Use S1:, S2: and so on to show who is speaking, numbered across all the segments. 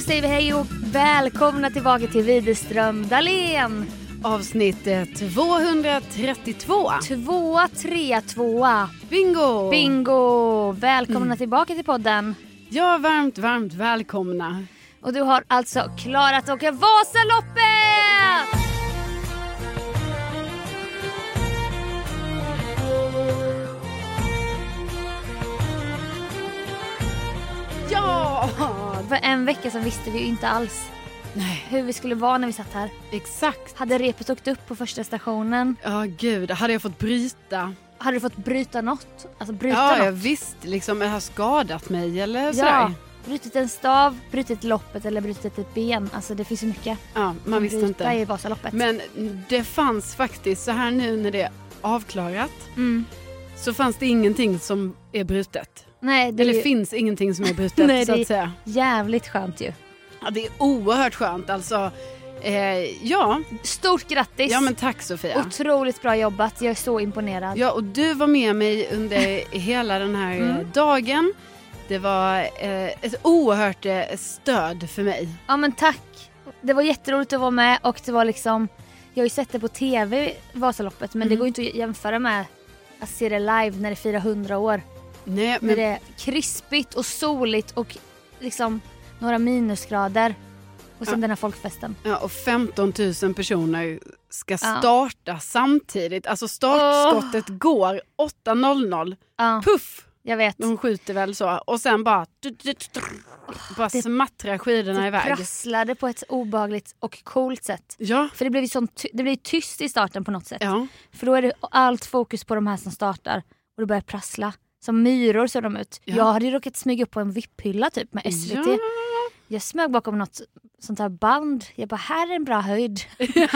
S1: säger vi hej och välkomna tillbaka till Widerström Dahlén.
S2: Avsnitt eh, 232.
S1: Tvåa, trea, tvåa.
S2: Bingo!
S1: Bingo! Välkomna
S2: Mm.
S1: tillbaka till podden.
S2: Ja, varmt, varmt välkomna.
S1: Och du har alltså klarat att åka Vasaloppet!
S2: Ja!
S1: För en vecka sedan visste vi ju inte alls
S2: Nej,
S1: hur vi skulle vara när vi satt här.
S2: exakt.
S1: Hade repet åkt upp på första stationen?
S2: Ja, gud. Hade jag fått bryta?
S1: Hade du fått bryta något? Alltså bryta
S2: ja, jag
S1: något?
S2: visst. Liksom, jag har skadat mig eller sådär.
S1: Brutit en stav, brutit loppet eller brutit ett ben. Alltså det finns ju mycket.
S2: Ja, man visste
S1: Bryta
S2: inte.
S1: i Vasaloppet.
S2: Men det fanns faktiskt, så här nu när det är avklarat,
S1: Mm.
S2: så fanns det ingenting som är brutet.
S1: Nej, det är
S2: Eller
S1: ju
S2: finns ingenting som är brutet
S1: Nej,
S2: så
S1: det-
S2: att säga.
S1: jävligt skönt ju.
S2: Ja, det är oerhört skönt alltså. Eh, ja,
S1: Stort grattis!
S2: ja men tack Sofia.
S1: Otroligt bra jobbat, jag är så imponerad.
S2: Ja, och du var med mig under hela den här eh,
S1: Mm.
S2: dagen. Det var eh, ett oerhört eh, stöd för mig.
S1: Ja men tack! Det var jätteroligt att vara med och det var liksom Jag har ju sett det på TV, Vasaloppet, men det
S2: Mm.
S1: går ju inte att jämföra med att se det live när det firar 100 år.
S2: Nej,
S1: När
S2: men,
S1: det är krispigt och soligt och liksom några minusgrader. Och sen den här folkfesten.
S2: ja, och 15 000 personer ska
S1: Ja.
S2: starta samtidigt. Alltså startskottet går 8.00.
S1: Ja,
S2: Puff!
S1: jag vet.
S2: De skjuter väl så. Och sen bara... Bara
S1: det-
S2: smattrar skidorna
S1: Det
S2: iväg.
S1: prasslade på ett obehagligt och coolt sätt.
S2: Ja,
S1: För det blev ju sån ty- det blev ju tyst i starten på något sätt.
S2: ja.
S1: För då är det allt fokus på de här som startar och det börjar prassla. Som myror såg de ut.
S2: Ja.
S1: Jag hade ju råkat smyga upp på en vipphylla typ med SVT.
S2: Ja.
S1: Jag smög bakom något sånt här band. Jag bara, här är en bra höjd. men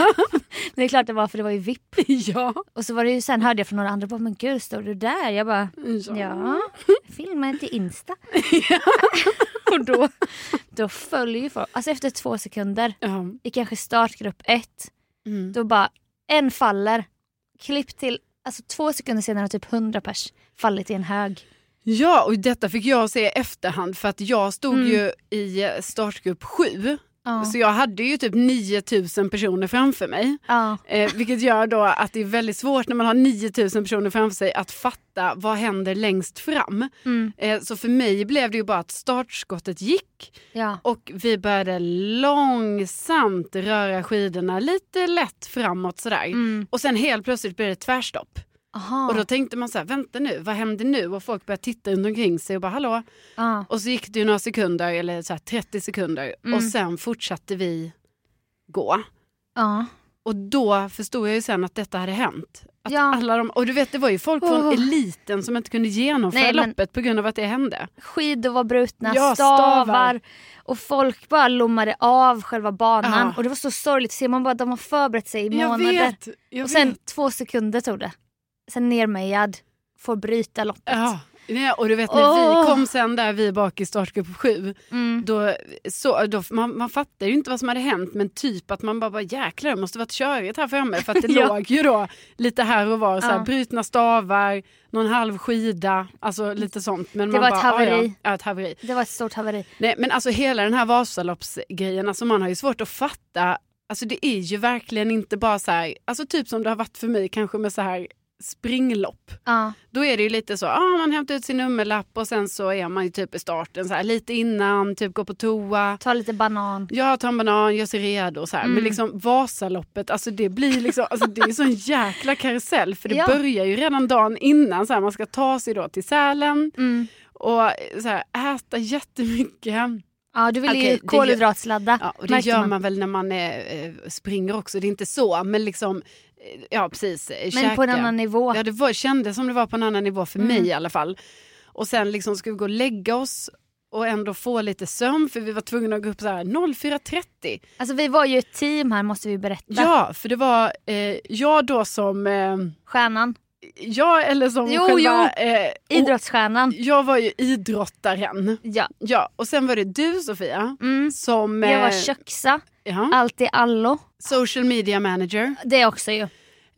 S1: det är klart det var för det var ju vipp.
S2: ja.
S1: Och så var det ju, sen hörde jag från några andra, bara, men gud står du där? Jag bara, ja, filma till Insta. och då, då följer ju folk. Alltså efter två sekunder
S2: Ja.
S1: i kanske startgrupp ett
S2: Mm.
S1: då bara, en faller. Klipp till, alltså två sekunder senare har typ 100 pers fallit i en hög.
S2: Ja, och detta fick jag se i efterhand för att jag stod ju i startgrupp 7.
S1: Mm. Ja.
S2: Så jag hade ju typ 9000 personer framför mig.
S1: Ja.
S2: Eh, vilket gör då att det är väldigt svårt när man har 9000 personer framför sig att fatta vad händer längst fram.
S1: Mm.
S2: Eh, så för mig blev det ju bara att startskottet gick
S1: Ja.
S2: och vi började långsamt röra skidorna lite lätt framåt sådär.
S1: Mm.
S2: Och sen helt plötsligt blir det tvärstopp.
S1: Aha.
S2: Och då tänkte man så här, vänta nu, vad händer nu? Och folk började titta runt omkring sig och bara, hallå?
S1: ja.
S2: Och så gick det ju några sekunder, eller så här 30 sekunder.
S1: Mm.
S2: Och sen fortsatte vi gå.
S1: Ja.
S2: Och då förstod jag ju sen att detta hade hänt. Att
S1: Ja.
S2: alla de, och du vet, det var ju folk från
S1: Oh.
S2: eliten som inte kunde genomföra
S1: Nej, men-
S2: loppet på grund av att det hände.
S1: skidor var brutna,
S2: Ja,
S1: stavar.
S2: stavar.
S1: och folk bara lommade av själva banan.
S2: Ja.
S1: Och det var så sorgligt att se, man bara de har förberett sig i
S2: Jag
S1: månader.
S2: vet, jag
S1: och sen
S2: vet.
S1: två sekunder tog det. Sen nermejad, får bryta loppet.
S2: Ja. Nej, och du vet när
S1: Åh.
S2: vi kom sen där vi bak i startgrupp 7,
S1: Mm.
S2: då, så, då, man, man fattade ju inte vad som hade hänt men typ att man bara, bara jäklar det måste varit körigt här framme för att det
S1: Ja.
S2: låg ju då lite här och var så här,
S1: Ja.
S2: brutna stavar, någon halv skida, alltså lite sånt. Men
S1: Det
S2: man
S1: var ett
S2: bara,
S1: haveri.
S2: "Ah, Ja, ja, ett haveri.
S1: Det var ett stort haveri.
S2: Nej, men alltså hela den här Vasaloppsgrejen, alltså man har ju svårt att fatta, alltså det är ju verkligen inte bara så här, alltså typ som det har varit för mig kanske med så här springlopp.
S1: Ja.
S2: Då är det ju lite så, ah, man hämtar ut sin nummerlapp och sen så är man ju typ i starten så här, lite innan, typ går på toa.
S1: Ta lite banan.
S2: Jag tar en banan, gör sig redo och så här.
S1: Mm.
S2: Men liksom Vasaloppet, alltså det blir liksom, alltså det är ju sån jäkla karusell. För det
S1: Ja.
S2: börjar ju redan dagen innan, så här, man ska ta sig då till Sälen
S1: Mm.
S2: och eh, så här, äta jättemycket.
S1: Ja, du ville
S2: Okej,
S1: ju
S2: det gör-
S1: kolhydratsladda.
S2: Ja, och det
S1: märkte
S2: gör
S1: man.
S2: man. väl när man eh, eh, springer också, det är inte så, men liksom, eh, ja precis, eh,
S1: Men
S2: käka.
S1: på en annan nivå. Mm.
S2: Ja, det var, kändes som det var på en annan nivå för mig i alla fall. Och sen liksom skulle vi gå och lägga oss och ändå få lite sömn för vi var tvungna att gå upp så här 04.30.
S1: Alltså vi var ju ett team här måste vi berätta.
S2: Ja, för det var eh, jag då som, eh,
S1: Stjärnan.
S2: jag eller som
S1: Jo,
S2: själva... Eh, o-
S1: Idrottsstjärnan.
S2: jag var ju idrottaren.
S1: Ja.
S2: Ja, och sen var det du Sofia
S1: Mm.
S2: som
S1: Jag var
S2: eh,
S1: köksa,
S2: ja,
S1: allt i allo.
S2: social media manager.
S1: Det också ju.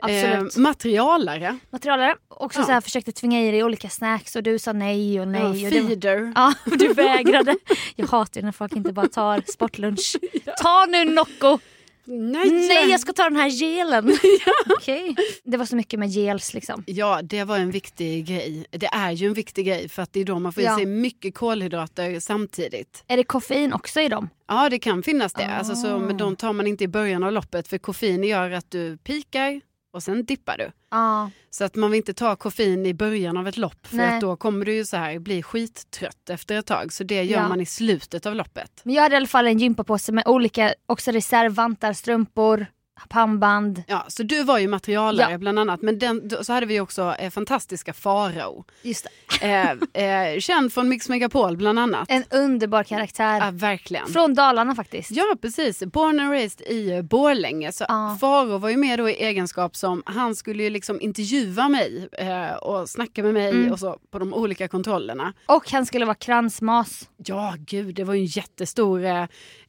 S1: Absolut.
S2: Eh, materialare.
S1: Materialare. Också
S2: Ja.
S1: så här försökte tvinga i dig olika snacks och du sa nej och nej.
S2: Ja,
S1: och det var- Ah.
S2: feeder.
S1: Ja, och du vägrade. Jag hatar ju när folk inte bara tar sportlunch. Ta nu Nocco!
S2: Nej.
S1: Nej, jag ska ta den här gelen. Okej. Det var så mycket med gels liksom.
S2: Ja, det var en viktig grej. Det är ju en viktig grej för att det är då man får
S1: Ja.
S2: i sig mycket kolhydrater samtidigt.
S1: Är det koffein också i dem?
S2: Ja, det kan finnas det.
S1: Ah.
S2: Alltså, så, men de tar man inte i början av loppet för koffein gör att du pikar och sen dippar du.
S1: Ja.
S2: Så att man vill inte ta koffein i början av ett lopp för
S1: Nej.
S2: att då kommer du ju så här bli skittrött efter ett tag. Så det gör
S1: Ja.
S2: man i slutet av loppet.
S1: Men jag hade i alla fall en gympapåse med olika också reservvantar, strumpor, pannband.
S2: Ja, så du var ju materialare
S1: Ja.
S2: bland annat. Men den, då- så hade vi också eh, fantastiska Farao.
S1: Just det.
S2: Eh, eh, känd från Mix Megapol bland annat.
S1: En underbar karaktär.
S2: Ja, verkligen.
S1: Från Dalarna faktiskt.
S2: Ja, precis. Born and raised i eh, Borlänge. Så
S1: Ja.
S2: Faro var ju med då i egenskap som, han skulle ju liksom intervjua mig eh, och snacka med mig
S1: Mm.
S2: och så på de olika kontrollerna.
S1: Och han skulle vara kransmas.
S2: Ja, gud, det var ju en jättestor, eh,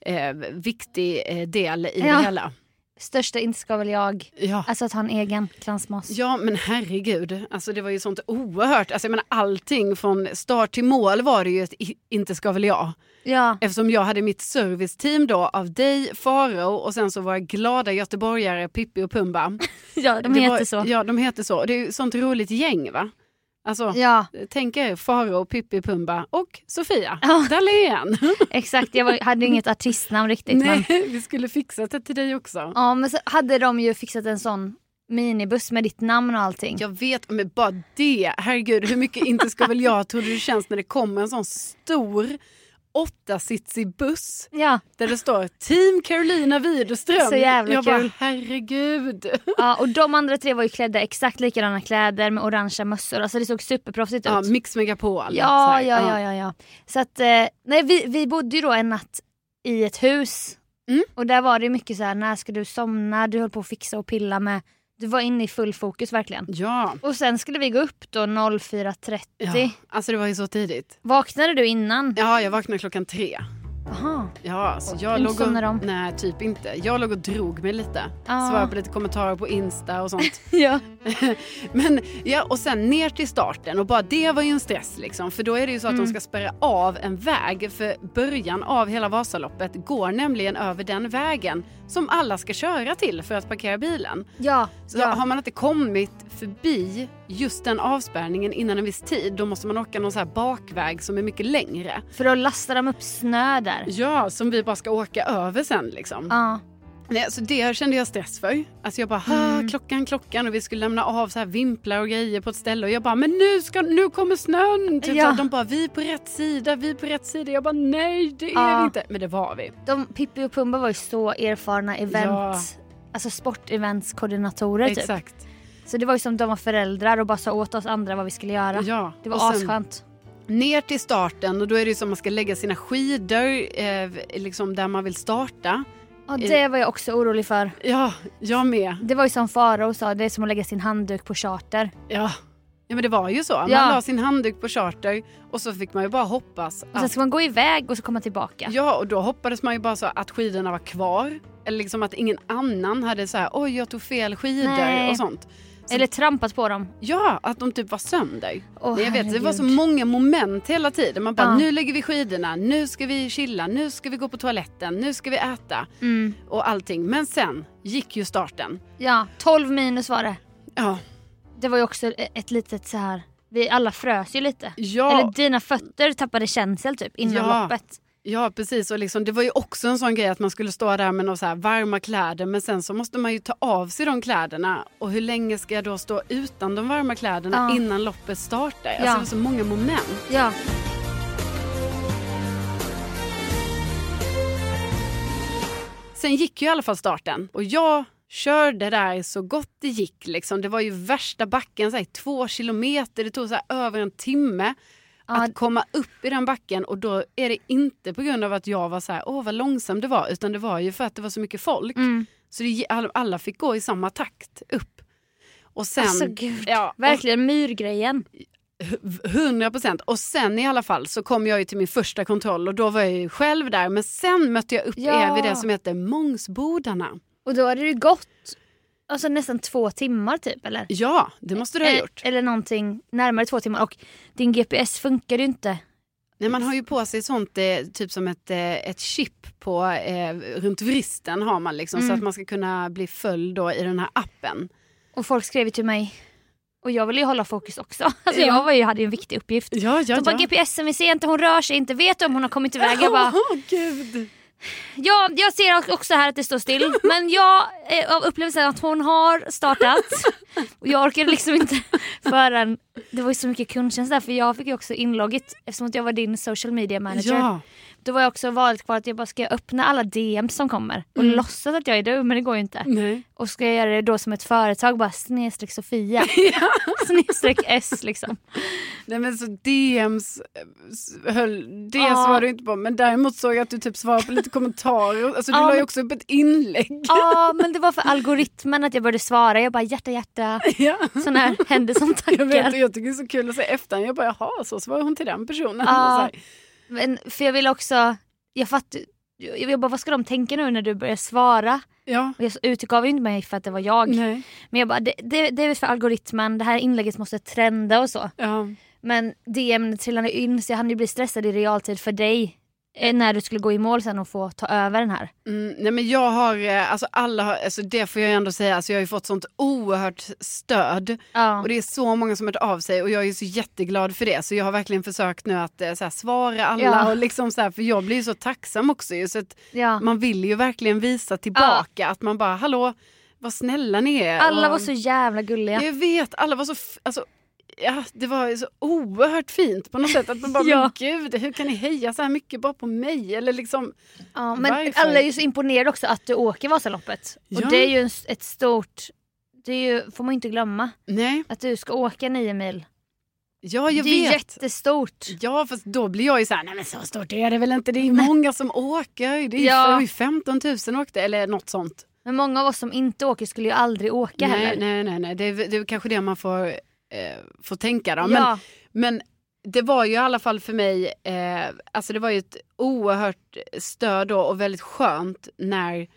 S2: eh, viktig eh, del i
S1: Ja.
S2: det hela.
S1: Största inte ska väl jag.
S2: Ja.
S1: Alltså att ha en egen kransmas.
S2: Ja men herregud, alltså det var ju sånt oerhört, alltså jag menar allting från start till mål var det ju ett i- inte ska väl jag.
S1: Ja.
S2: Eftersom jag hade mitt serviceteam då av dig, Faro och sen så våra glada göteborgare Pippi och Pumba.
S1: ja, de
S2: Det
S1: heter
S2: var-
S1: så.
S2: Ja, de heter så. Det är ju sånt roligt gäng va? Alltså,
S1: Ja,
S2: tänk er Faro, Pippi, Pumba och Sofia
S1: Ja.
S2: Dalén.
S1: exakt. Jag var, hade inget artistnamn riktigt. Men,
S2: Nej, vi skulle fixa det till dig också.
S1: ja, men så hade de ju fixat en sån minibuss med ditt namn och allting.
S2: Jag vet, men bara det. Herregud, hur mycket inte ska väl jag trodde det känns när det kommer en sån stor åttasitsig buss
S1: Ja,
S2: där det står Team Carolina Widerström.
S1: Så jävla
S2: jag bara,
S1: kul.
S2: herregud.
S1: ja, och de andra tre var ju klädda i exakt likadana kläder med orangea mössor. Alltså det såg superproffsigt
S2: Ja,
S1: ut.
S2: Mix Megapol. Så
S1: Ja,
S2: här,
S1: ja, ja, ja, ja. Så att, eh, nej, vi, vi bodde ju då en natt i ett hus.
S2: Mm.
S1: Och där var det mycket så här, när ska du somna? Du höll på att fixa och pilla med. Du var inne i full fokus verkligen.
S2: Ja,
S1: Och sen skulle vi gå upp då 04.30.
S2: ja. Alltså det var ju så tidigt.
S1: Vaknade du innan?
S2: Ja, jag vaknade klockan tre.
S1: Jaha.
S2: Ja, så
S1: Hur
S2: jag låg och,
S1: somnar de?
S2: Nej, typ inte. Jag låg och drog mig lite.
S1: Ah.
S2: Svarade på lite kommentarer på Insta och sånt.
S1: Ja.
S2: Men ja, och sen ner till starten och bara det var ju en stress liksom. För då är det ju så att de ska spärra av en väg för början av hela Vasaloppet går nämligen över den vägen som alla ska köra till för att parkera bilen.
S1: Ja.
S2: Så
S1: ja.
S2: har man inte kommit förbi just den avspärrningen innan en viss tid då måste man åka någon så här bakväg som är mycket längre.
S1: För då lastar de upp snö där.
S2: Ja, som vi bara ska åka över sen liksom.
S1: Ja.
S2: Nej, så det kände jag stress för. Alltså jag bara, "Ah,
S1: Mm.
S2: klockan, klockan och vi skulle lämna av så här vimplar och grejer på ett ställe och jag bara, men nu, ska, nu kommer snön! Typ
S1: Ja.
S2: så att de bara, vi är på rätt sida, vi är på rätt sida. Jag bara, nej det är
S1: Ja.
S2: vi inte. Men det var vi.
S1: De, Pippi och Pumba var ju så erfarna event.
S2: Ja.
S1: Alltså sporteventskoordinatorer typ.
S2: Exakt.
S1: Så det var ju som de var föräldrar och bara sa åt oss andra vad vi skulle göra.
S2: Ja.
S1: Det var
S2: och sen
S1: asskönt.
S2: Ner till starten och då är det ju som man ska lägga sina skidor eh, liksom där man vill starta.
S1: Ja, det var jag också orolig för.
S2: Ja, jag med.
S1: Det var ju som Farao sa, det är som att lägga sin handduk på charter.
S2: Ja. Ja men det var ju så. Man
S1: Ja.
S2: la sin handduk på charter och så fick man ju bara hoppas
S1: Och sen ska man gå iväg och så komma tillbaka.
S2: Ja, och då hoppades man ju bara så att skidorna var kvar. Eller liksom att ingen annan hade så här, oj jag tog fel skidor
S1: Nej.
S2: och sånt. så-
S1: Eller trampat på dem.
S2: Ja, att de typ var sönder.
S1: Åh,
S2: Men jag vet, det var så
S1: herregud.
S2: många moment hela tiden. Man bara,
S1: Ja.
S2: nu lägger vi skidorna, nu ska vi chilla, nu ska vi gå på toaletten, nu ska vi äta
S1: Mm.
S2: och allting. Men sen gick ju starten.
S1: Ja, 12 minus var det.
S2: Ja,
S1: Det var ju också e- ett litet så här. Vi alla frös ju lite. Eller
S2: ja,
S1: dina fötter tappade känsel typ innan
S2: Ja.
S1: loppet.
S2: ja precis. Och liksom, det var ju också en sån grej att man skulle stå där med några så här varma kläder men sen så måste man ju ta av sig de kläderna. Och hur länge ska jag då stå utan de varma kläderna
S1: Ja.
S2: innan loppet startar? Alltså,
S1: Ja.
S2: det var så många moment.
S1: Ja.
S2: Sen gick ju i alla fall starten och jag körde där så gott det gick. Liksom. Det var ju värsta backen, så här, två kilometer, det tog så här, över en timme
S1: Ja.
S2: att komma upp i den backen och då är det inte på grund av att jag var så här, åh vad långsam det var, utan det var ju för att det var så mycket folk.
S1: Mm.
S2: Så det, gi- all- alla fick gå i samma takt upp. Och sen,
S1: Alltså gud.
S2: ja, och
S1: Verkligen myrgrejen.
S2: 100 procent. Och sen i alla fall så kom jag ju till min första kontroll och då var jag ju själv där. Men sen mötte jag upp
S1: Ja.
S2: er vid det som heter Mångsbodarna.
S1: Och då hade det ju gått alltså nästan två timmar typ eller?
S2: Ja, det måste du ha
S1: Eh,
S2: gjort.
S1: Eller någonting närmare två timmar och din GPS funkar ju inte.
S2: Nej, man har ju på sig sånt, eh, typ som ett, eh, ett chip på, eh, runt vristen har man liksom, så
S1: Mm.
S2: att man ska kunna bli följd då i den här appen.
S1: Och folk skrev ju till mig och jag ville ju hålla fokus också. Alltså
S2: Ja.
S1: jag var ju, hade ju en viktig uppgift.
S2: Ja, ja,
S1: De bara GPSen, vi ser inte, hon rör sig inte, vet du om hon har kommit iväg? Jag bara,
S2: Åh, gud.
S1: ja, jag ser också här att det står still men jag eh, av upplevelsen att hon har startat och jag orkade liksom inte förrän, det var ju så mycket kundtjänst där för jag fick ju också inlogget eftersom att jag var din social media manager.
S2: Ja.
S1: Då var jag också valet kvar att jag bara ska jag öppna alla DM som kommer och
S2: Mm.
S1: låtsas att jag är du men det går ju inte.
S2: Nej.
S1: Och ska jag göra det då som ett företag bara snedstreck Sofia, snedstreck S liksom.
S2: Nej men så DMs eh, höll, det
S1: Ja.
S2: svarade du inte på men däremot såg jag att du typ svarade på lite kommentarer. Alltså du
S1: Ja,
S2: la ju
S1: men-
S2: också upp ett inlägg.
S1: Ja men det var för algoritmen att jag började svara, jag bara hjärta hjärta,
S2: Ja.
S1: sån här händer som
S2: Jag vet och
S1: tackar.
S2: jag tycker det är så kul att se efter jag bara jaha så svarar hon till den personen. Och så
S1: Ja.
S2: här,
S1: Men, för jag ville också, jag fattar jag jag bara vad ska de tänka nu när du börjar svara?
S2: ja.
S1: Och jag utgav ju inte mig för att det var jag.
S2: Nej.
S1: Men jag bara det, det, det är väl för algoritmen, det här inlägget måste trenda och så.
S2: Ja.
S1: Men DM trillade in så jag hann ju bli stressad i realtid för dig eh, när du skulle gå i mål sen och få ta över den här.
S2: Mm, nej men jag har, eh, alltså alla har, alltså det får jag ändå säga, alltså jag har ju fått sånt oerhört stöd.
S1: Ja.
S2: Och det är så många som har hört av sig och jag är så jätteglad för det. Så jag har verkligen försökt nu att eh, så här, svara alla
S1: Ja.
S2: och liksom så här, för jag blir ju så tacksam också ju. Så att
S1: ja.
S2: man vill ju verkligen visa tillbaka att man bara, hallå, vad snälla ni är.
S1: Alla
S2: och,
S1: var så jävla gulliga.
S2: Jag vet, alla var så, f- alltså, ja, det var så oerhört fint på något sätt. Att man bara,
S1: Ja.
S2: men gud, hur kan ni heja så här mycket bara på mig? Eller liksom,
S1: Ja, men
S2: Varför?
S1: alla är ju så imponerade också att du åker Vasaloppet.
S2: Ja.
S1: Och det är ju en, s- ett stort, det är ju, får man ju inte glömma,
S2: nej,
S1: att du ska åka nio mil.
S2: ja jag
S1: det är ju
S2: vet.
S1: jättestort.
S2: Ja, fast då blir jag ju så här, nej men så stort är det väl inte, det är ju många som åker. Det är ju
S1: Ja.
S2: det var ju 15 000 åkte, eller något sånt.
S1: Men många av oss som inte åker skulle ju aldrig åka
S2: Nej,
S1: heller.
S2: nej, nej, nej. Det, är, det är kanske det man får, eh, får tänka då. Men,
S1: ja,
S2: men det var ju i alla fall för mig, eh, alltså det var ju ett oerhört stöd då och väldigt skönt när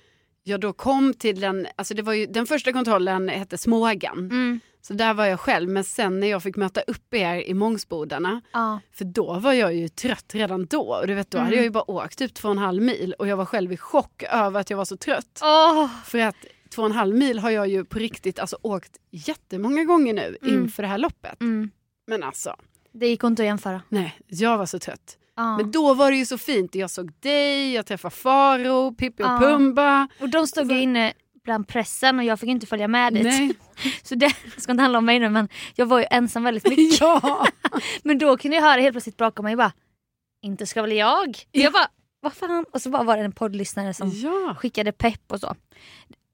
S2: jag då kom till den, alltså det var ju, den första kontrollen hette Smågan.
S1: mm,
S2: Så där var jag själv, men sen när jag fick möta upp er i Mångsbodarna
S1: ja.
S2: För då var jag ju trött redan då. Och du vet, då hade
S1: Mm.
S2: jag ju bara åkt typ två och en halv mil och jag var själv i chock över att jag var så trött.
S1: Åh,
S2: För att två och en halv mil har jag ju på riktigt alltså, åkt jättemånga gånger nu
S1: Mm.
S2: inför det här loppet.
S1: mm.
S2: Men alltså,
S1: Det gick inte att jämföra.
S2: nej, jag var så trött.
S1: Ja.
S2: Men då var det ju så fint. Jag såg dig, jag träffade Faro, Pippi och
S1: Ja.
S2: Pumba.
S1: Och de stod ju
S2: Så-
S1: inne bland pressen och jag fick inte följa med dit.
S2: Nej,
S1: Så det ska inte handla om mig nu men jag var ju ensam väldigt mycket.
S2: ja.
S1: Men då kunde jag höra helt plötsligt bakom mig bara Inte ska väl jag? Jag bara vad fan? Och så bara var det en poddlyssnare som
S2: ja.
S1: skickade pepp och så.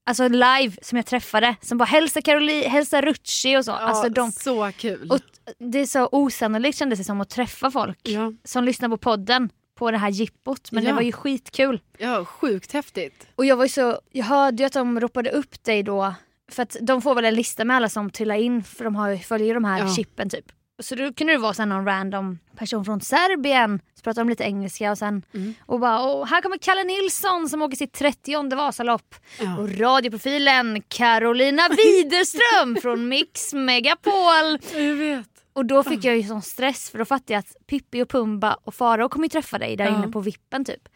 S1: Alltså live som jag träffade som bara hälsa Caroline, hälsa Rucci och så. Alltså de,
S2: Så kul.
S1: och det är så osannolikt kändes det som att träffa folk
S2: ja.
S1: som lyssnar på podden på det här jippot men
S2: Ja.
S1: det var ju skitkul.
S2: ja, sjukt häftigt.
S1: Och jag var ju så, jag hörde ju att de ropade upp dig då. För att de får väl en lista med alla som trillar in för de har, ju- följer ju de här
S2: Ja.
S1: chippen typ. Så då kunde det vara sen någon random person från Serbien, så pratade de lite engelska och sen
S2: Mm.
S1: och bara och här kommer Kalle Nilsson som åker sitt 30 Vasalopp.
S2: Ja.
S1: Och radioprofilen Carolina Widerström från Mix Megapol.
S2: Jag vet.
S1: Och då fick jag ju sån stress för då fattade jag att Pippi och Pumba och Farao kommer ju träffa dig där
S2: Ja.
S1: inne på vippen typ.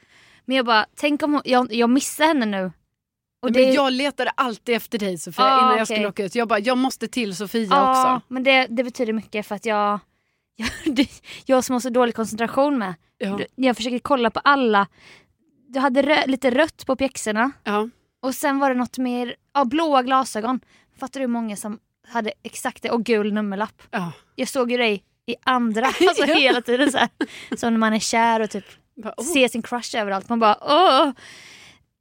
S1: Men jag bara, tänk om hon, jag, jag missar henne nu. Och
S2: men jag letade alltid efter dig Sofia
S1: Ah,
S2: innan jag
S1: okej. Ah.
S2: skulle åka ut. Jag bara, jag måste till Sofia
S1: ja,
S2: också.
S1: men det, det betyder mycket för att jag, jag, det- jag som har så dålig koncentration med.
S2: Ja.
S1: Jag försöker kolla på alla. Du hade rö, lite rött på pjäxorna
S2: Ja.
S1: och sen var det något mer, ja blåa glasögon. Fattar du hur många som hade exakt det och gul nummerlapp.
S2: Ja.
S1: Jag såg ju dig i andra, alltså hela tiden så här. Som när man är kär och typ
S2: Bara, oh.
S1: se sin crush överallt. Man bara åh.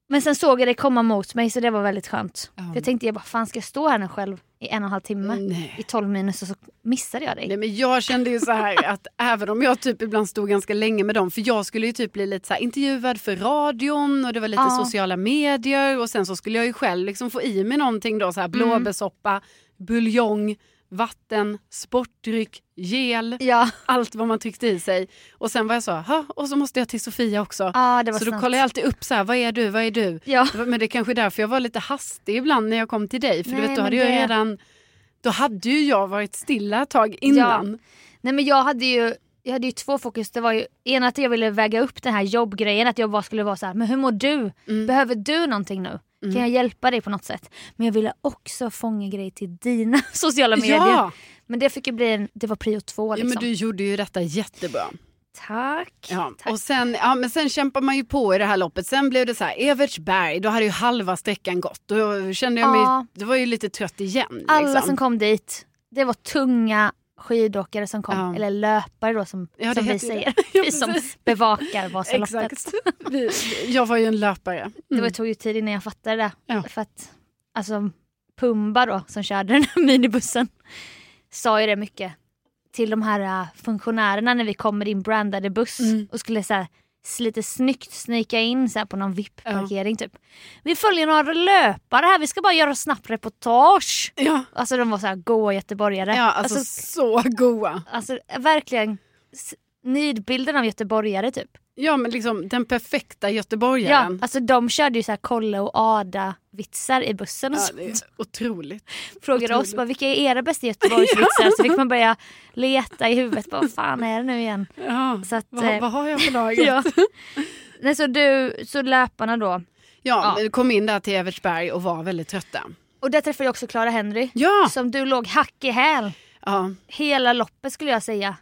S1: Men sen såg jag det komma mot mig så det var väldigt skönt.
S2: Ja. Mm.
S1: För jag tänkte jag bara fan ska jag stå här nu själv i en och en halv timme
S2: Nej.
S1: i 12 minus och så missade jag dig.
S2: Nej, men jag kände ju så här att även om jag typ ibland stod ganska länge med dem, för jag skulle ju typ bli lite så här intervjuad för radion och det var lite
S1: Ja.
S2: sociala
S1: Mm.
S2: medier och sen så skulle jag ju själv liksom få i mig någonting då, så här blåbärssoppa, buljong, vatten, sportdryck, gel,
S1: Ja,
S2: allt vad man tryckte i sig. Och sen var jag så, "Ha, och så måste jag till Sofia också.
S1: ah, det var
S2: så då
S1: snällt.
S2: kollade jag alltid upp så här, vad är du, vad är du?
S1: Ja.
S2: Det var- Men det är kanske är därför jag var lite hastig ibland när jag kom till dig. För
S1: Nej,
S2: du vet, då
S1: men
S2: hade jag
S1: det-
S2: redan... Då hade ju jag varit stilla ett tag innan.
S1: Nej men jag hade ju jag hade ju två fokus. Det var ju ena att jag ville väga upp den här jobbgrejen. Att jag bara skulle vara så här, men hur mår du?
S2: Mm.
S1: Behöver du någonting nu? Kan jag hjälpa dig på något sätt? Men jag ville också fånga grejer till dina sociala medier.
S2: ja.
S1: Men det fick ju bli en, det var prio två
S2: ja,
S1: liksom.
S2: men du gjorde ju detta jättebra.
S1: Tack.
S2: Ja.
S1: Tack.
S2: Och sen, ja, men sen kämpar man ju på i det här loppet. Sen blev det så här, Evertsberg, då hade ju halva sträckan gått. Då kände jag mig,
S1: Ja.
S2: då var jag ju lite trött igen.
S1: Alla
S2: liksom.
S1: som kom dit, det var tunga skidåkare som kom.
S2: Ja.
S1: Eller löpare då som,
S2: Ja, det
S1: som vi
S2: heter ju det.
S1: säger.
S2: Ja,
S1: vi som
S2: precis.
S1: bevakar Vasaloppet.
S2: Exakt. Vi- Jag var ju en löpare. Mm.
S1: Det var, tog ju tid innan jag fattade det.
S2: Ja.
S1: För att alltså, Pumba då, som körde den här minibussen, sa ju det mycket till de här äh, funktionärerna när vi kommer in brandade buss
S2: Mm.
S1: och skulle så här, s- lite snyggt snika in så här, på någon VIP-parkering typ. Vi följer några löpare här, vi ska bara göra snabbt reportage.
S2: ja.
S1: Alltså de var så här goa göteborgare.
S2: ja, alltså,
S1: alltså,
S2: så goa.
S1: alltså verkligen s- nidbilden av göteborgare typ.
S2: Ja, men liksom den perfekta
S1: Ja,
S2: göteborgaren.
S1: alltså de körde ju så här kolla och ada-vitsar i bussen och
S2: Ja,
S1: så.
S2: det är otroligt.
S1: frågade oss bara, vilka är era bästa Göteborgsvitsar så fick man börja leta i huvudet. Bara, vad fan är det nu igen?
S2: Ja.
S1: Så att, eh,
S2: Vad, vad har jag för laget?
S1: ja. Nej, så, du, så löparna då. Ja.
S2: Ja, men kom in där till Evertsberg och var väldigt trötta.
S1: Och där träffade jag också Clara Henry.
S2: Ja,
S1: Som du låg hack i häl
S2: ja.
S1: hela loppet skulle jag säga.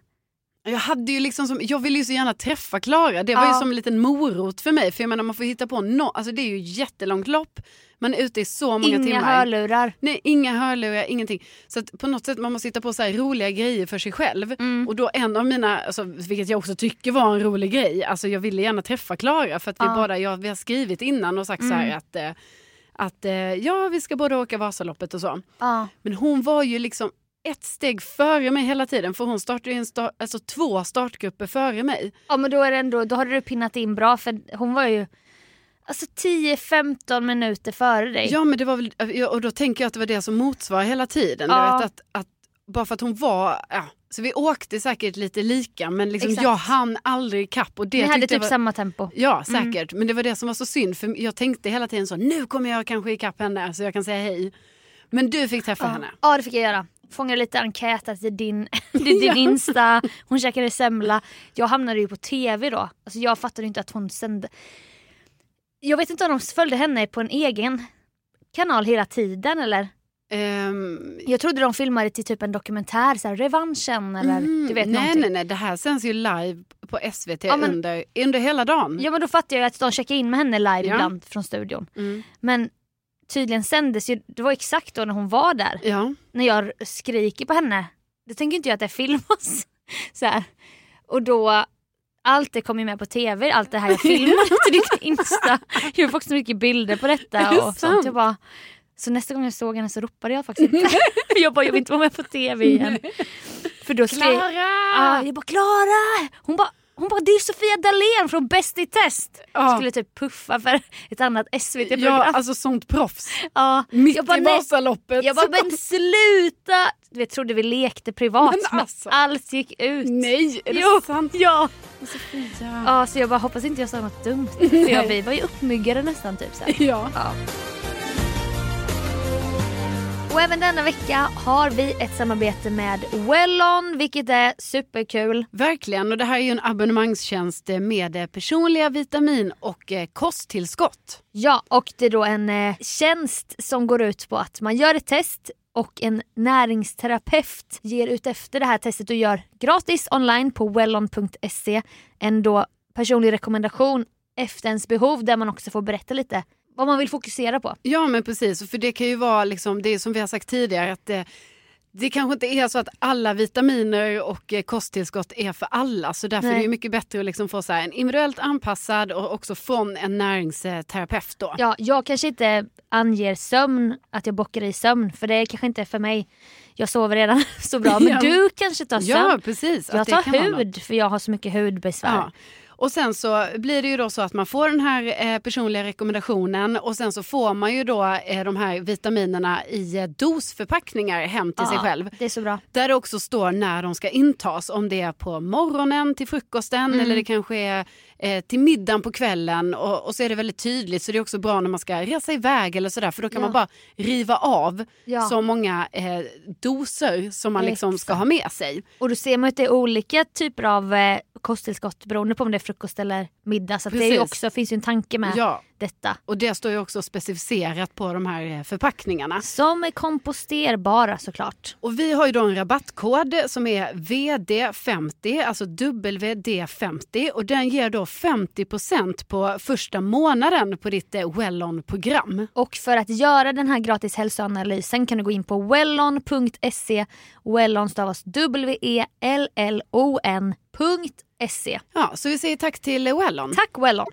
S2: Jag, hade ju liksom som, jag ville ju så gärna träffa Klara. Det var
S1: Ja.
S2: ju som en liten morot för mig. För jag menar, man får hitta på no, alltså Det är ju ett jättelångt lopp. Man är ute i så många
S1: Inga
S2: timmar.
S1: hörlurar.
S2: Nej, inga hörlurar, ingenting. Så att på något sätt man måste hitta på så här roliga grejer för sig själv.
S1: Mm.
S2: Och då en av mina, alltså, vilket jag också tycker var en rolig grej, alltså jag ville gärna träffa Klara för att vi
S1: Ja. Mm.
S2: båda, jag, vi har skrivit innan och sagt så här att, eh, att eh, ja vi ska båda åka Vasaloppet och så.
S1: Ja.
S2: Men hon var ju liksom ett steg före mig hela tiden för hon startade ju en sta- alltså två startgrupper före mig.
S1: ja men då är det ändå, då hade du pinnat in bra för hon var ju alltså 10-15 minuter före dig.
S2: Ja men det var väl, ja, och då tänker jag att det var det som motsvarar hela tiden.
S1: Ja.
S2: Du vet, att, att, bara för att hon var, ja, så vi åkte säkert lite lika men liksom
S1: Exakt.
S2: jag hann aldrig ikapp. Och det
S1: Ni hade
S2: tyckte jag
S1: typ
S2: var,
S1: samma tempo.
S2: Ja säkert, men det var det som var så synd för jag tänkte hela tiden så nu kommer jag kanske ikapp henne så jag kan säga hej. Men du fick träffa henne.
S1: Ja det fick jag göra. Fångade lite enkäter till din, till din Insta, hon käkade semla. Jag hamnade ju på TV då. Alltså jag fattade ju inte att hon sände. Jag vet inte om de följde henne på en egen kanal hela tiden eller?
S2: Ehm,
S1: Jag trodde de filmade till typ en dokumentär, så här, revanschen eller
S2: Mm,
S1: du vet
S2: nej,
S1: någonting.
S2: nej, nej. Det här sänds ju live på SVT
S1: Ja, men-
S2: under, under hela dagen.
S1: Ja men då fattade jag ju att de checkade in med henne live
S2: Ja.
S1: ibland från studion.
S2: Mm.
S1: Men tydligen sändes ju, det var exakt då när hon var där.
S2: Ja.
S1: när jag skriker på henne, då tänker inte jag att det filmas. Så här. Och då, allt det kom ju med på tv, allt det här jag filmade till ditt Insta. Jag har faktiskt mycket bilder på
S2: Är det
S1: detta och sånt.
S2: sant?
S1: Jag bara, så nästa gång jag såg henne så ropade jag faktiskt inte. För jag bara, jag vill inte vara med på tv igen. För då skrek ah, jag bara Klara! Hon bara, hon bara det är Sofia Dalén från Bäst i test!
S2: Ja.
S1: Skulle typ puffa för ett annat SVT-program.
S2: Ja, alltså sånt proffs.
S1: Ja.
S2: Mitt
S1: Jag bara,
S2: i
S1: nej.
S2: Vasaloppet.
S1: Jag bara men sluta! Du vet trodde vi lekte privat
S2: Men
S1: men,
S2: alltså.
S1: allt gick ut.
S2: Nej, är det
S1: Jo.
S2: sant?
S1: Ja.
S2: Ja.
S1: ja, så jag bara hoppas inte jag sa något dumt. För jag, vi var ju uppmyggade nästan typ så här.
S2: ja.
S1: Ja. Och även denna vecka har vi ett samarbete med Wellon vilket är superkul.
S2: Verkligen, och det här är ju en abonnemangstjänst med eh, personliga vitamin och eh, kosttillskott.
S1: Ja, och det är då en eh, tjänst som går ut på att man gör ett test och en näringsterapeut ger ut efter det här testet och gör gratis online på wellon.se en då personlig rekommendation efter ens behov där man också får berätta lite vad man vill fokusera på.
S2: Ja men precis, för det kan ju vara liksom, det är som vi har sagt tidigare att det, det kanske inte är så att alla vitaminer och eh, kosttillskott är för alla så därför
S1: Nej.
S2: är det ju mycket bättre att liksom få så här en individuellt anpassad och också från en näringsterapeut då.
S1: Ja, jag kanske inte anger sömn, att jag bockar i sömn för det är kanske inte för mig. Jag sover redan så bra men
S2: Ja.
S1: du kanske tar sömn.
S2: precis.
S1: jag
S2: att det
S1: tar
S2: kan vara något.
S1: hud för jag har så mycket hudbesvär.
S2: Ja. Och sen så blir det ju då så att man får den här eh, personliga rekommendationen och sen så får man ju då eh, de här vitaminerna i eh, dosförpackningar hem till sig
S1: Ja,
S2: själv.
S1: Det är så bra.
S2: Där det också står när de ska intas, om det är på morgonen till frukosten
S1: Mm.
S2: eller det kanske är eh, till middagen på kvällen. Och, och så är det väldigt tydligt så det är också bra när man ska resa iväg eller sådär för då kan
S1: Ja.
S2: man bara riva av
S1: Ja.
S2: så många eh, doser som man liksom ska ha med sig.
S1: Och då ser man ju att det är olika typer av eh, kosttillskott beroende på om det är frukost eller middag. Så att det är ju
S2: Precis.
S1: också, finns ju en tanke med
S2: Ja,
S1: detta.
S2: och det står ju också specificerat på de här eh, förpackningarna.
S1: Som är komposterbara såklart.
S2: Och vi har ju då en rabattkod som är VD50, alltså WD50 och den ger då 50% på första månaden på ditt eh, Wellon-program.
S1: Och för att göra den här gratis hälsoanalysen kan du gå in på wellon.se. Wellon stavas E W-E-L-L-O-N.se.
S2: Ja, så vi säger tack till eh, Wellon.
S1: E. Tack Wellon!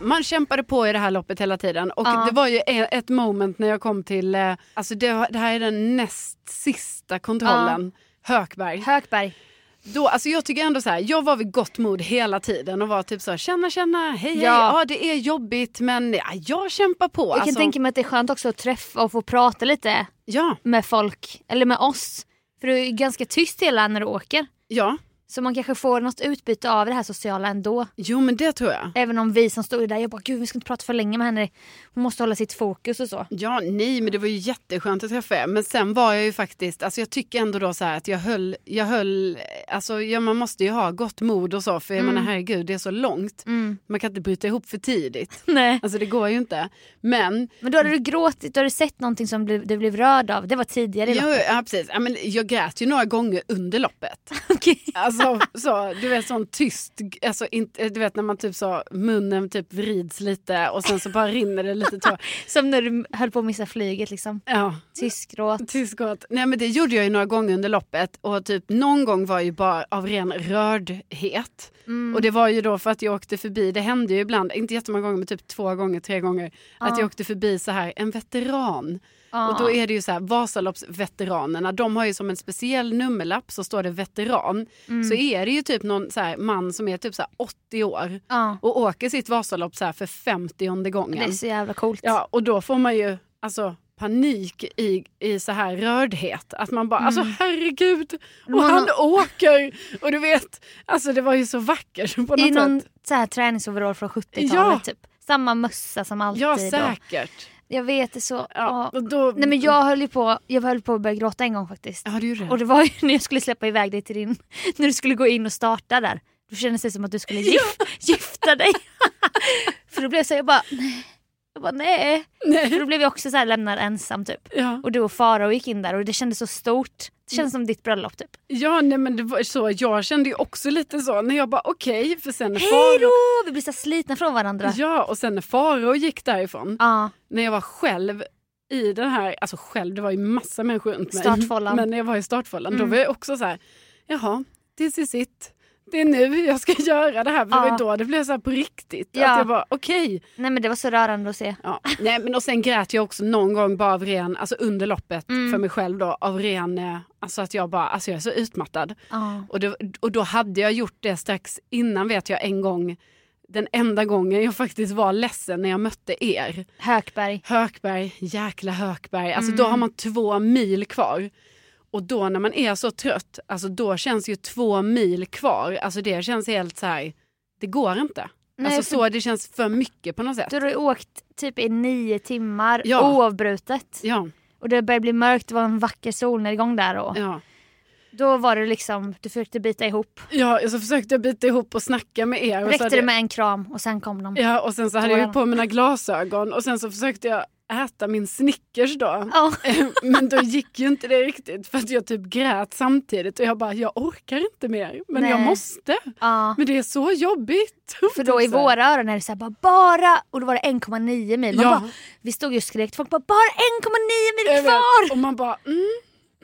S2: Man kämpade på i det här loppet hela tiden och
S1: Ja.
S2: det var ju e- ett moment när jag kom till, eh, alltså det, var- det här är den näst sista kontrollen. Hökberg.
S1: Hökberg.
S2: Då, alltså jag tycker ändå så här, jag var vid gott mod hela tiden och var typ så här, känna känna, hej hej,
S1: Ja.
S2: ja det är jobbigt men ja, jag kämpar på.
S1: Jag kan
S2: alltså,
S1: tänka mig att det är skönt också att träffa och få prata lite
S2: Ja,
S1: med folk, eller med oss. För du är ju ganska tyst hela när du åker.
S2: ja.
S1: Så man kanske får något utbyte av det här sociala ändå.
S2: Jo men det tror jag.
S1: Även om vi som stod där, jag bara gud vi ska inte prata för länge med henne. Hon måste hålla sitt fokus och så.
S2: Ja, nej men det var ju jätteskönt att träffa er. Men sen var jag ju faktiskt, alltså jag tycker ändå då så här att jag höll, jag höll, alltså ja, man måste ju ha gott mod och så för jag
S1: Mm.
S2: menar herregud det är så långt. Man kan inte bryta ihop för tidigt.
S1: Nej.
S2: Alltså det går ju inte. Men
S1: Men då hade du gråtit, då hade du sett någonting som du, du blev rörd av. Det var tidigare i
S2: Jo,
S1: loppet.
S2: ja, precis. Ja, men jag grät ju några gånger under loppet.
S1: Okej.
S2: Alltså, så, du vet sån tyst, alltså, inte, du vet när man typ så, munnen typ vrids lite och sen så bara rinner det lite tårar.
S1: Som när du höll på att missa flyget liksom.
S2: Ja,
S1: Tysk gråt.
S2: tyst gott. Nej men det gjorde jag ju några gånger under loppet och typ någon gång var ju bara av ren rördhet.
S1: Mm.
S2: Och det var ju då för att jag åkte förbi, det hände ju ibland, inte jättemånga gånger men typ två gånger, tre gånger, att jag åkte förbi så här en veteran.
S1: Ja.
S2: Och då är det ju så här, Vasaloppsveteranerna, de har ju som en speciell nummerlapp så står det veteran.
S1: Mm.
S2: Så är det ju typ någon så här man som är typ så här 80 år
S1: Ja.
S2: och åker sitt Vasalopp så här för 50
S1: Det
S2: gången.
S1: är så jävla coolt.
S2: Ja, och då får man ju alltså panik i, i så här rördhet. Att man bara, alltså herregud, och
S1: Mm. Man-
S2: han åker! Och du vet, alltså det var ju så vackert på något
S1: I någon
S2: sätt.
S1: så här träningsoverall från 70-talet
S2: Ja.
S1: typ. Samma mössa som alltid.
S2: Ja,
S1: och-
S2: säkert.
S1: Jag vet det så.
S2: Ja,
S1: Ja.
S2: och då,
S1: Nej men jag höll ju på, jag höll på att börja gråta en gång faktiskt.
S2: Ja, det är ju rätt.
S1: Mm. Och det var ju när jag skulle släppa iväg dig till din, när du skulle gå in och starta där. Då kändes det som att du skulle gif, gifta dig. För då blev jag så här, jag bara nej. Jag bara nej. För
S2: Nej.
S1: då blev jag också så här lämnad ensam typ.
S2: Ja.
S1: Och du och Farao gick in där och det kändes så stort. Det kändes
S2: Mm.
S1: som ditt bröllop typ.
S2: ja, nej men det var så, jag kände ju också lite så när jag bara okej, för sen när
S1: Hej då!
S2: Faro,
S1: Vi blev så här slitna från varandra. Ja.
S2: Ja, och sen när Faro gick därifrån, när jag var själv i den här, alltså själv, det var ju massa människor runt mig.
S1: Startfållan.
S2: Men när jag var i startfållan, då var jag också så här, jaha, this is it. Det är nu jag ska göra det här. För det
S1: Ja.
S2: var då det blev så här på riktigt.
S1: Ja.
S2: Att jag bara, okej.
S1: Nej men det var så rörande att se.
S2: Ja. Nej, men och sen grät jag också någon gång bara av ren, alltså under loppet
S1: Mm.
S2: för mig själv då, av ren, eh, alltså att jag bara, alltså jag är så utmattad.
S1: Ja.
S2: Och, det, och då hade jag gjort det strax innan vet jag en gång, den enda gången jag faktiskt var ledsen när jag mötte er.
S1: Hökberg.
S2: Hökberg, jäkla Hökberg. Alltså
S1: Mm.
S2: då har man två mil kvar. Och då när man är så trött, alltså då känns ju två mil kvar, alltså det känns helt så här, det går inte.
S1: Nej,
S2: alltså så det känns för mycket på något sätt.
S1: Du har ju åkt typ i nio timmar
S2: Ja.
S1: oavbrutet.
S2: Ja,
S1: Och det började bli mörkt, det var en vacker solnedgång där. Och...
S2: ja.
S1: Då var det liksom, du försökte bita ihop.
S2: ja, och så försökte jag bita ihop och snacka med er. Och så
S1: Räckte
S2: hade
S1: det
S2: jag-
S1: med en kram och sen kom de.
S2: Ja, och sen så hade jag ju
S1: Tårarna.
S2: på mina glasögon och sen så försökte jag äta min Snickers då.
S1: Ja.
S2: Men då gick ju inte det riktigt för att jag typ grät samtidigt och jag bara, jag orkar inte mer, men jag
S1: Nej.
S2: måste.
S1: ja.
S2: Men det är så jobbigt.
S1: För då i
S2: Typ så här.
S1: våra öron är det såhär bara, bara och då var det 1,9 mil. Man
S2: Ja.
S1: bara, vi stod ju och skrek, folk bara bara 1,9
S2: Jag
S1: mil
S2: vet.
S1: kvar!
S2: Och man bara, mm.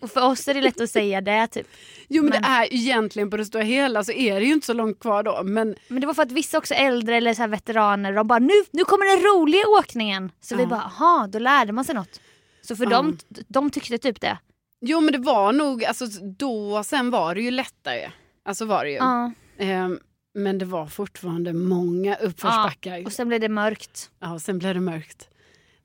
S1: Och för oss är det lätt att säga det typ.
S2: Jo men, det är ju egentligen på det stora hela så är det ju inte så långt kvar då. Men
S1: Men det var för att vissa också äldre eller så här veteraner, de bara nu, nu kommer den roliga åkningen. Så vi
S2: Ja.
S1: bara, aha, då lärde man sig något. Så för
S2: Ja.
S1: dem, de tyckte typ det.
S2: jo men det var nog, alltså då sen var det ju lättare. Alltså var det ju.
S1: Ja.
S2: Ehm, men det var fortfarande många uppförsbackar. Ja,
S1: Och sen blev det mörkt.
S2: och sen blev det mörkt.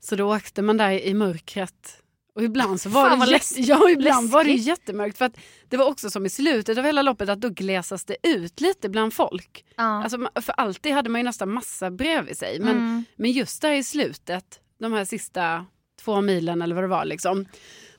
S2: Så då åkte man där i mörkret. Och ibland så var
S1: Fan, vad
S2: det, jätte,
S1: läskigt.
S2: ja, ibland var det ju
S1: Läskigt.
S2: jättemörkt. För att det var också som i slutet av hela loppet att då glesas det ut lite bland folk.
S1: Ja.
S2: Alltså, ma- för alltid hade man ju nästan massa bredvid sig. Men,
S1: Mm.
S2: men just där i slutet, de här sista två milen eller vad det var liksom.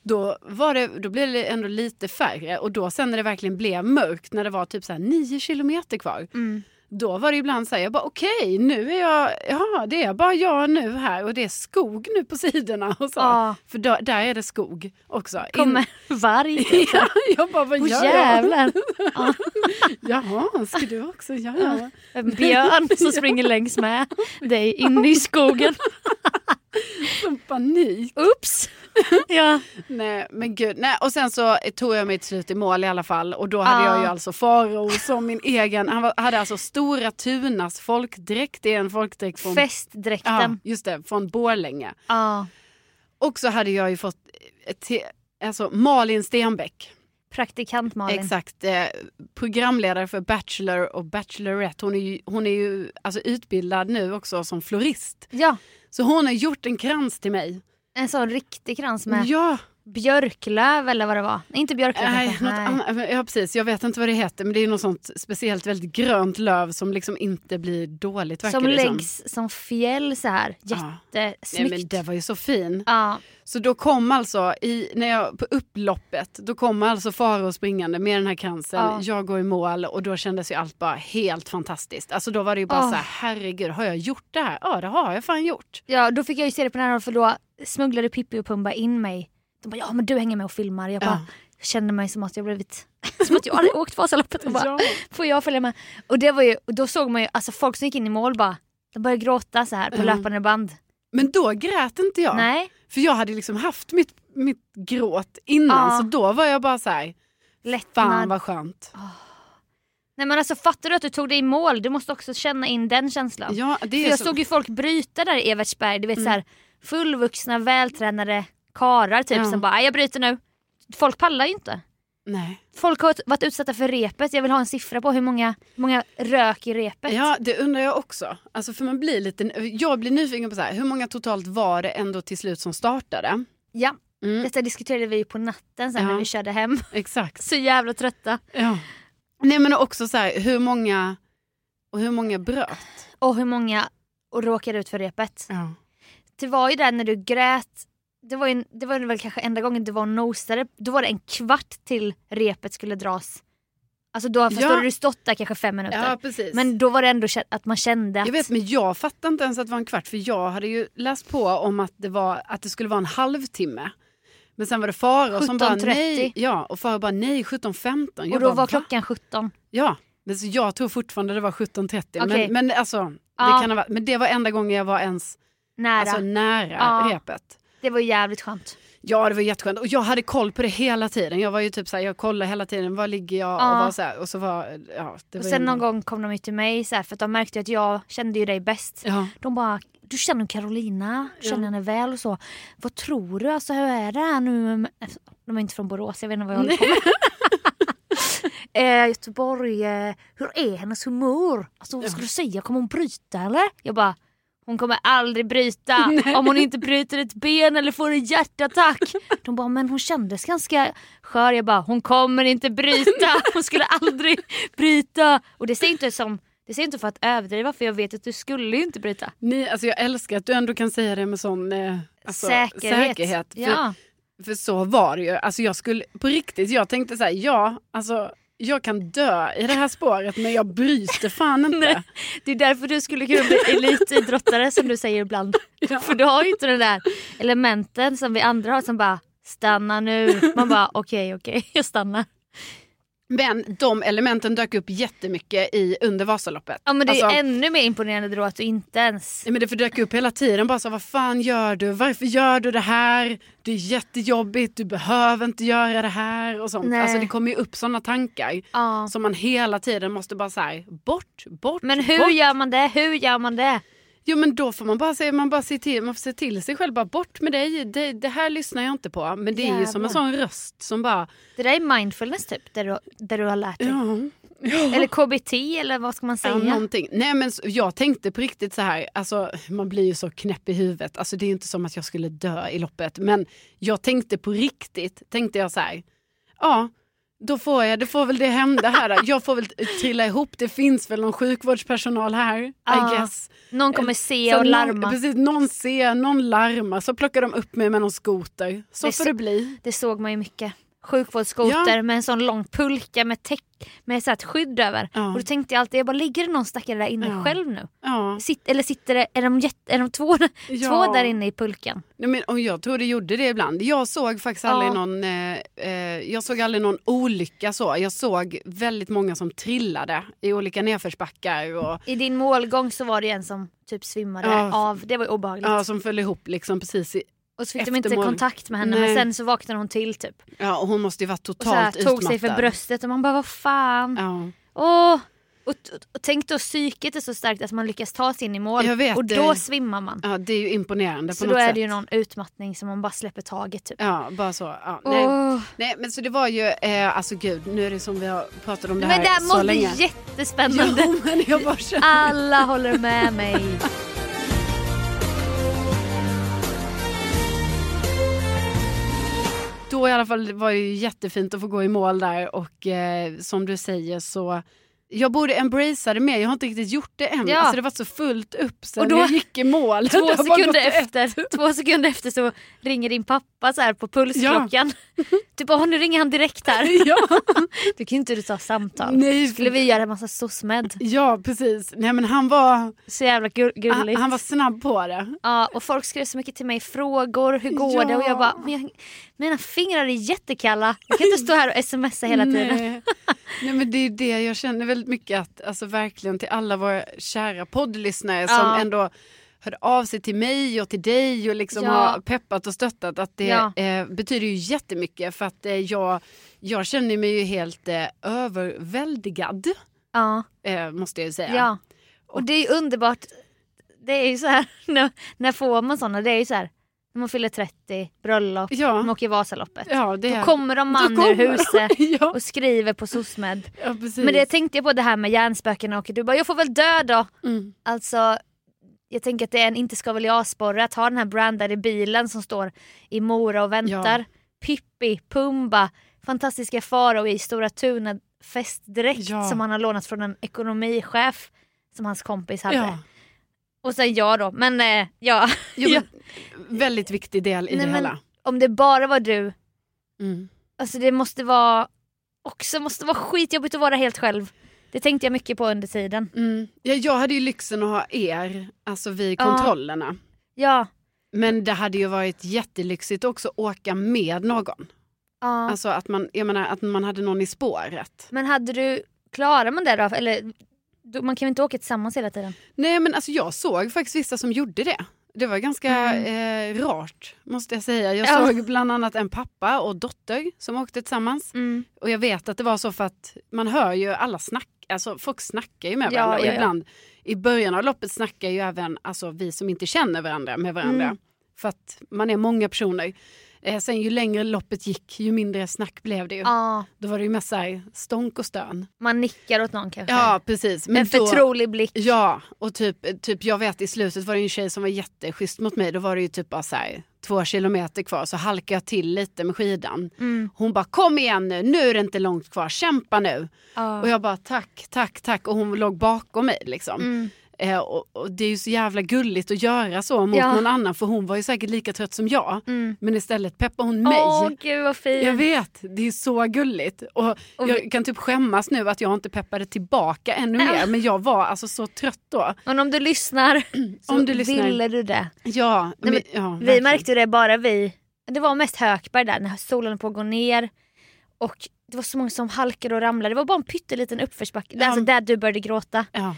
S2: Då, var det, då blev det ändå lite färre och då sen när det verkligen blev mörkt när det var typ så här nio kilometer kvar.
S1: Mm.
S2: Då var det ibland så här, jag bara okej nu är jag, ja det är bara jag nu här och det är skog nu på sidorna och så.
S1: Ja.
S2: För då, där är det skog också. In-
S1: Kommer varg.
S2: Ja, jag bara vad
S1: Åh
S2: gör jag?
S1: jävlar!
S2: Jaha, ska du också göra?
S1: En björn som springer längs med dig inne i skogen.
S2: Som panik.
S1: Oops! Ja.
S2: Nej men gud. Nej, och sen så tog jag mig till slut i mål i alla fall och då hade
S1: Ah.
S2: jag ju alltså Farao som min egen, han var, hade alltså Stora Tunas folkdräkt, det är en folkdräkt från, ja,
S1: Festdräkten.
S2: just det, från Borlänge.
S1: Ja.
S2: Och så hade jag ju fått eh, till, alltså Malin Stenbeck,
S1: Praktikant Malin.
S2: exakt, eh, programledare för Bachelor och Bachelorette. Hon är ju, hon är ju alltså, utbildad nu också som florist.
S1: Ja,
S2: Så hon har gjort en krans till mig.
S1: en sån riktig krans med
S2: Ja,
S1: björklöv eller vad det var. Nej, Inte björklöv
S2: Nej,
S1: kanske.
S2: något annat. Men, Ja, precis. Jag vet inte vad det heter, men det är något sånt speciellt väldigt grönt löv som liksom inte blir dåligt. verkar
S1: Som
S2: det som.
S1: läggs som fjäll så här.
S2: Ja. Nej, men
S1: Jättesnyggt.
S2: det var ju så fin.
S1: Ja.
S2: Så då kom alltså, i, när jag, på upploppet, då kom alltså Faro springande med den här kransen.
S1: Ja.
S2: Jag går i mål och då kändes ju allt bara helt fantastiskt. Alltså då var det ju bara
S1: Åh.
S2: så här, herregud, har jag gjort det här? Ja, det har jag fan gjort.
S1: ja, då fick jag ju se det på nära håll för då smugglade Pippi och Pumba in mig. De bara ja men du hänger med och filmar. Jag bara kände mig som att jag blivit, som att jag hade åkt Vasaloppet och bara
S2: Ja.
S1: får jag följa med? Och det var ju, och då såg man ju alltså folk som gick in i mål bara, de började gråta så här på
S2: Mm.
S1: löpande band.
S2: Men då grät inte jag.
S1: Nej,
S2: För jag hade liksom haft mitt, mitt gråt innan,
S1: Ja.
S2: så då var jag bara så här,
S1: lättnad.
S2: fan vad skönt.
S1: Nej men alltså fattar du att du tog dig i mål? Du måste också känna in den känslan.
S2: Ja, det
S1: För
S2: är
S1: jag
S2: så...
S1: såg ju folk bryta där i Evertsberg, du vet
S2: Mm.
S1: så här fullvuxna vältränade karar typ
S2: Ja.
S1: som bara "Nej, jag bryter nu. Folk pallar ju inte.
S2: Nej.
S1: Folk har varit utsatta för repet, jag vill ha en siffra på hur många, hur många rök i repet.
S2: Ja, det undrar jag också. Alltså, för man blir lite... Jag blir nyfiken på så här, hur många totalt var det ändå till slut som startade?
S1: Ja,
S2: Mm,
S1: Detta diskuterade vi ju på natten sen
S2: Ja.
S1: när vi körde hem.
S2: exakt.
S1: Så jävla trötta.
S2: Ja. Nej, men också så här, hur många, och hur många bröt?
S1: Och hur många råkade ut för repet.
S2: Ja.
S1: Det var ju där när du grät, det var, ju, det var väl kanske enda gången du var och nosade. Då var det en kvart till repet skulle dras. Alltså då förstår
S2: Ja.
S1: du, du stått där kanske fem minuter.
S2: ja, precis.
S1: Men då var det ändå kä- att man kände att...
S2: jag vet, men jag fattar inte ens att det var en kvart, för jag hade ju läst på om att det, var, att det skulle vara en halvtimme. Men sen var det Farao som bara
S1: 17.30.
S2: nej. Ja, och Farao bara nej, 17.15. Jag
S1: och då
S2: bara,
S1: var
S2: "Va?"
S1: klockan 17.
S2: Ja, men så jag tror fortfarande det var 17.30.
S1: Okej.
S2: Men, men, alltså,
S1: Ja.
S2: det kan ha varit, men det var enda gången jag var ens
S1: Nära.
S2: alltså, nära
S1: Ja.
S2: repet.
S1: det var ju jävligt skönt.
S2: Ja, det var jätteskönt. Och jag hade koll på det hela tiden. Jag var ju typ såhär, jag kollade hela tiden, var ligger jag?
S1: Ja.
S2: Och, var så här, och så var, ja, det
S1: Och
S2: var
S1: sen
S2: ändå-
S1: någon gång kom de ju till mig så här, för att de märkte ju att jag kände ju dig bäst.
S2: Ja.
S1: De bara, du känner Carolina, du känner
S2: Ja.
S1: henne väl och så. Vad tror du, alltså hur är det här nu? med-" De är inte från Borås, jag vet inte vad jag håller på med. Eh, Göteborg, eh, hur är hennes humör? Alltså vad ska du säga, kommer hon bryta eller? Jag bara, hon kommer aldrig bryta om hon inte bryter ett ben eller får en hjärtattack. De bara, men hon kändes ganska skör. Jag bara, hon kommer inte bryta. Hon skulle aldrig bryta. Och det säger inte som det säger inte för att överdriva för jag vet att du skulle ju inte bryta.
S2: Ni, alltså jag älskar att du ändå kan säga det med sån eh, alltså,
S1: säkerhet.
S2: säkerhet. För,
S1: Ja.
S2: för så var det ju. Alltså jag skulle, på riktigt, jag tänkte så här, ja, alltså jag kan dö i det här spåret men jag bryter fan inte.
S1: Det är därför du skulle kunna bli elitidrottare som du säger ibland. För du har ju inte den där elementen som vi andra har som bara stanna nu. Man bara okej okej jag stannar.
S2: Men de elementen dök upp jättemycket i, under Vasaloppet.
S1: Ja men det är
S2: Alltså-
S1: ännu mer imponerande då att du inte ens...
S2: Nej, men det fördök upp hela tiden. Bara så, vad fan gör du? Varför gör du det här? Det är jättejobbigt. Du behöver inte göra det här. Och sånt.
S1: Nej.
S2: Alltså, det kommer ju upp sådana tankar
S1: Ja.
S2: som man hela tiden måste bara så här, bort, bort,
S1: Men hur
S2: bort.
S1: gör man det? Hur gör man det?
S2: Jo men då får man bara se, man bara se till, man får se till sig själv. Bara bort med dig. Det, det här lyssnar jag inte på. Men det är ju
S1: Jävlar.
S2: som en sån röst som bara,
S1: Det där är mindfulness typ, där du, där du har lärt dig.
S2: ja,
S1: Eller KBT eller vad ska man
S2: Ja,
S1: säga?
S2: någonting. Nej, men s- jag tänkte på riktigt så här, alltså, man blir ju så knäpp i huvudet. Alltså, det är inte som att jag skulle dö i loppet, men jag tänkte på riktigt, tänkte jag så här, ja, då får jag, det får väl det hända här. då. Jag får väl t- trilla ihop, det finns väl någon sjukvårdspersonal här,
S1: Ja,
S2: I guess.
S1: Någon kommer se och
S2: någon-
S1: larma.
S2: precis, någon ser, någon larmar, så plockar de upp mig med någon skoter. Så
S1: Det är
S2: får
S1: så-
S2: det bli.
S1: Det såg man ju mycket. Sjukvårdsskoter
S2: Ja.
S1: med en sån lång pulka med, täck, med så här ett skydd över.
S2: Ja.
S1: Och då tänkte jag alltid, jag bara, ligger det någon stackare där inne
S2: Ja.
S1: själv nu?
S2: Ja.
S1: Sitt, eller sitter det, är de, jätte, är de två,
S2: Ja.
S1: två där inne i pulkan?
S2: Nej, men, och jag tror det gjorde det ibland. Jag såg faktiskt aldrig,
S1: Ja.
S2: någon, eh, eh, jag såg aldrig någon olycka så. Jag såg väldigt många som trillade i olika nedförsbackar och
S1: I din målgång så var det ju en som typ svimmade
S2: Ja.
S1: av, det var ju obehagligt.
S2: ja, som föll ihop liksom precis. I,
S1: Och så fick de inte
S2: Eftermål.
S1: kontakt med henne
S2: Nej.
S1: men sen så vaknade hon till typ.
S2: ja, och hon måste ju varit
S1: Och så här,
S2: totalt
S1: tog sig för
S2: utmattad.
S1: bröstet och man bara vad fan.
S2: Ja.
S1: Åh! Och, och, och tänk då psyket är så starkt att man lyckas ta sig in i mål
S2: Jag vet,
S1: och då
S2: det-
S1: svimmar man.
S2: ja, det är ju imponerande på
S1: Så
S2: något
S1: då är
S2: sätt.
S1: det ju någon utmattning som man bara släpper taget typ.
S2: Ja, bara så. Ja, nej.
S1: Åh.
S2: nej, men så det var ju, eh, alltså gud, nu är det som vi har pratat om det
S1: Men det
S2: här
S1: här
S2: så
S1: mådde
S2: länge.
S1: jättespännande.
S2: Jo, men jag bara känner.
S1: Alla håller med mig.
S2: Då i alla fall var det ju jättefint att få gå i mål där och eh, som du säger så jag borde embracea det mer, jag har inte riktigt gjort det än.
S1: Ja.
S2: Alltså det var så fullt upp sen
S1: Och då-
S2: jag gick i mål. Det
S1: Två
S2: har bara gått
S1: sekunder,
S2: ett-
S1: efter, två sekunder efter så ringer din pappa så här på pulsklockan. Typ åh nu ringer han direkt här.
S2: Ja, Mm.
S1: Du kan ju inte du ta samtal.
S2: nej,
S1: skulle vi göra en massa SOS-med.
S2: ja, precis. Nej men han var,
S1: Så jävla gu-
S2: Ah, han,
S1: gulligt.
S2: han var snabb på det.
S1: ja, och folk skrev så mycket till mig, frågor, hur går
S2: Ja.
S1: det? Och jag bara, men jag, mina fingrar är jättekalla. Jag kan inte stå här och smsa hela tiden.
S2: Nej. nej men det är ju det jag känner väldigt mycket att, alltså verkligen till alla våra kära poddlyssnare som
S1: Ja.
S2: ändå hörde av sig till mig och till dig och liksom
S1: Ja.
S2: har peppat och stöttat att det
S1: Ja.
S2: eh, betyder ju jättemycket för att eh, jag, jag känner mig ju helt eh, överväldigad
S1: Ja,
S2: eh, måste jag ju säga.
S1: ja. Och det är ju underbart. Det är ju så här, när, när får man sådana? Det är ju så här, när man fyller 30, bröllop, man
S2: ja.
S1: åker Vasaloppet.
S2: ja det
S1: Då kommer de man
S2: Då
S1: ur
S2: kommer de.
S1: huset
S2: ja,
S1: och skriver på SOSmed.
S2: ja, precis.
S1: Men det tänkte jag på det här med hjärnspökena och du bara, jag får väl dö då.
S2: mm.
S1: Alltså, jag tänker att det är en inte ska väl jag-sporre att ha den här brandade bilen som står i Mora och väntar. Pippi, Pumba, fantastiska Farao i Stora Tuna festdräkt
S2: Ja.
S1: som han har lånat från en ekonomichef som hans kompis hade.
S2: ja.
S1: Och sen jag då, men eh, ja.
S2: Jo,
S1: Ja.
S2: men, väldigt viktig del i
S1: Nej,
S2: det
S1: men-
S2: hela.
S1: Om det bara var du,
S2: Mm.
S1: alltså det måste vara också måste vara skitjobbigt att vara helt själv. Det tänkte jag mycket på under tiden.
S2: Mm. Ja, jag hade ju lyxen att ha er alltså vid
S1: Ja.
S2: kontrollerna.
S1: Ja.
S2: Men det hade ju varit jättelyxigt också att åka med någon.
S1: ja.
S2: Alltså att man, jag menar, att man hade någon i spåret.
S1: Men hade du, klarar man det då? Eller, då- man kan ju inte åka tillsammans hela tiden?
S2: Nej men alltså jag såg faktiskt vissa som gjorde det. Det var ganska eh, rart måste jag säga. Jag
S1: Mm. Ja.
S2: såg bland annat en pappa och dotter som åkte tillsammans.
S1: Mm.
S2: Och jag vet att det var så för att man hör ju alla snack, alltså folk snackar ju med
S1: Ja,
S2: varandra. och
S1: ja, ja.
S2: ibland i början av loppet snackar ju även alltså, vi som inte känner varandra med varandra.
S1: Mm.
S2: För att man är många personer. Eh, sen ju längre loppet gick ju mindre snack blev det ju.
S1: Ja,
S2: Då var det ju mest så här, stånk och stön.
S1: man nickar åt någon kanske.
S2: Ja precis.
S1: en förtrolig blick.
S2: Ja, och typ, typ jag vet i slutet var det ju en tjej som var jätteschysst mot mig. Då var det ju typ bara så här, två kilometer kvar så halkade jag till lite med skidan.
S1: Mm.
S2: Hon bara kom igen nu, nu är det inte långt kvar, kämpa nu.
S1: Ja.
S2: Och jag bara tack, tack, tack och hon låg bakom mig liksom.
S1: Mm.
S2: Eh, och, och det är ju så jävla gulligt att göra så mot
S1: Ja.
S2: någon annan för hon var ju säkert lika trött som jag.
S1: Mm.
S2: Men istället peppar hon mig.
S1: Åh gud vad fint.
S2: Jag vet, det är så gulligt. Och
S1: Och vi-
S2: jag kan typ skämmas nu att jag inte peppade tillbaka ännu mer. Men jag var alltså så trött då.
S1: Men om du lyssnar så
S2: Om du lyssnar.
S1: ville du det.
S2: Ja,
S1: Nej,
S2: men, ja,
S1: Vi
S2: verkligen.
S1: märkte ju det bara vi. Det var mest Hökberg där när solen höll på att gå ner. Och det var så många som halkade och ramlade. Det var bara en pytteliten uppförsbacke.
S2: Ja.
S1: Alltså där du började gråta.
S2: Ja.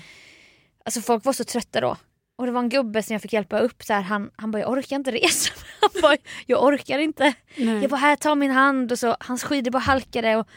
S1: Alltså folk var så trötta då. Och det var en gubbe som jag fick hjälpa upp. Så här, han, han bara jag orkar inte resa. Han bara jag orkar inte.
S2: Nej.
S1: Jag bara här ta min hand och så hans skidor bara halkade. Och,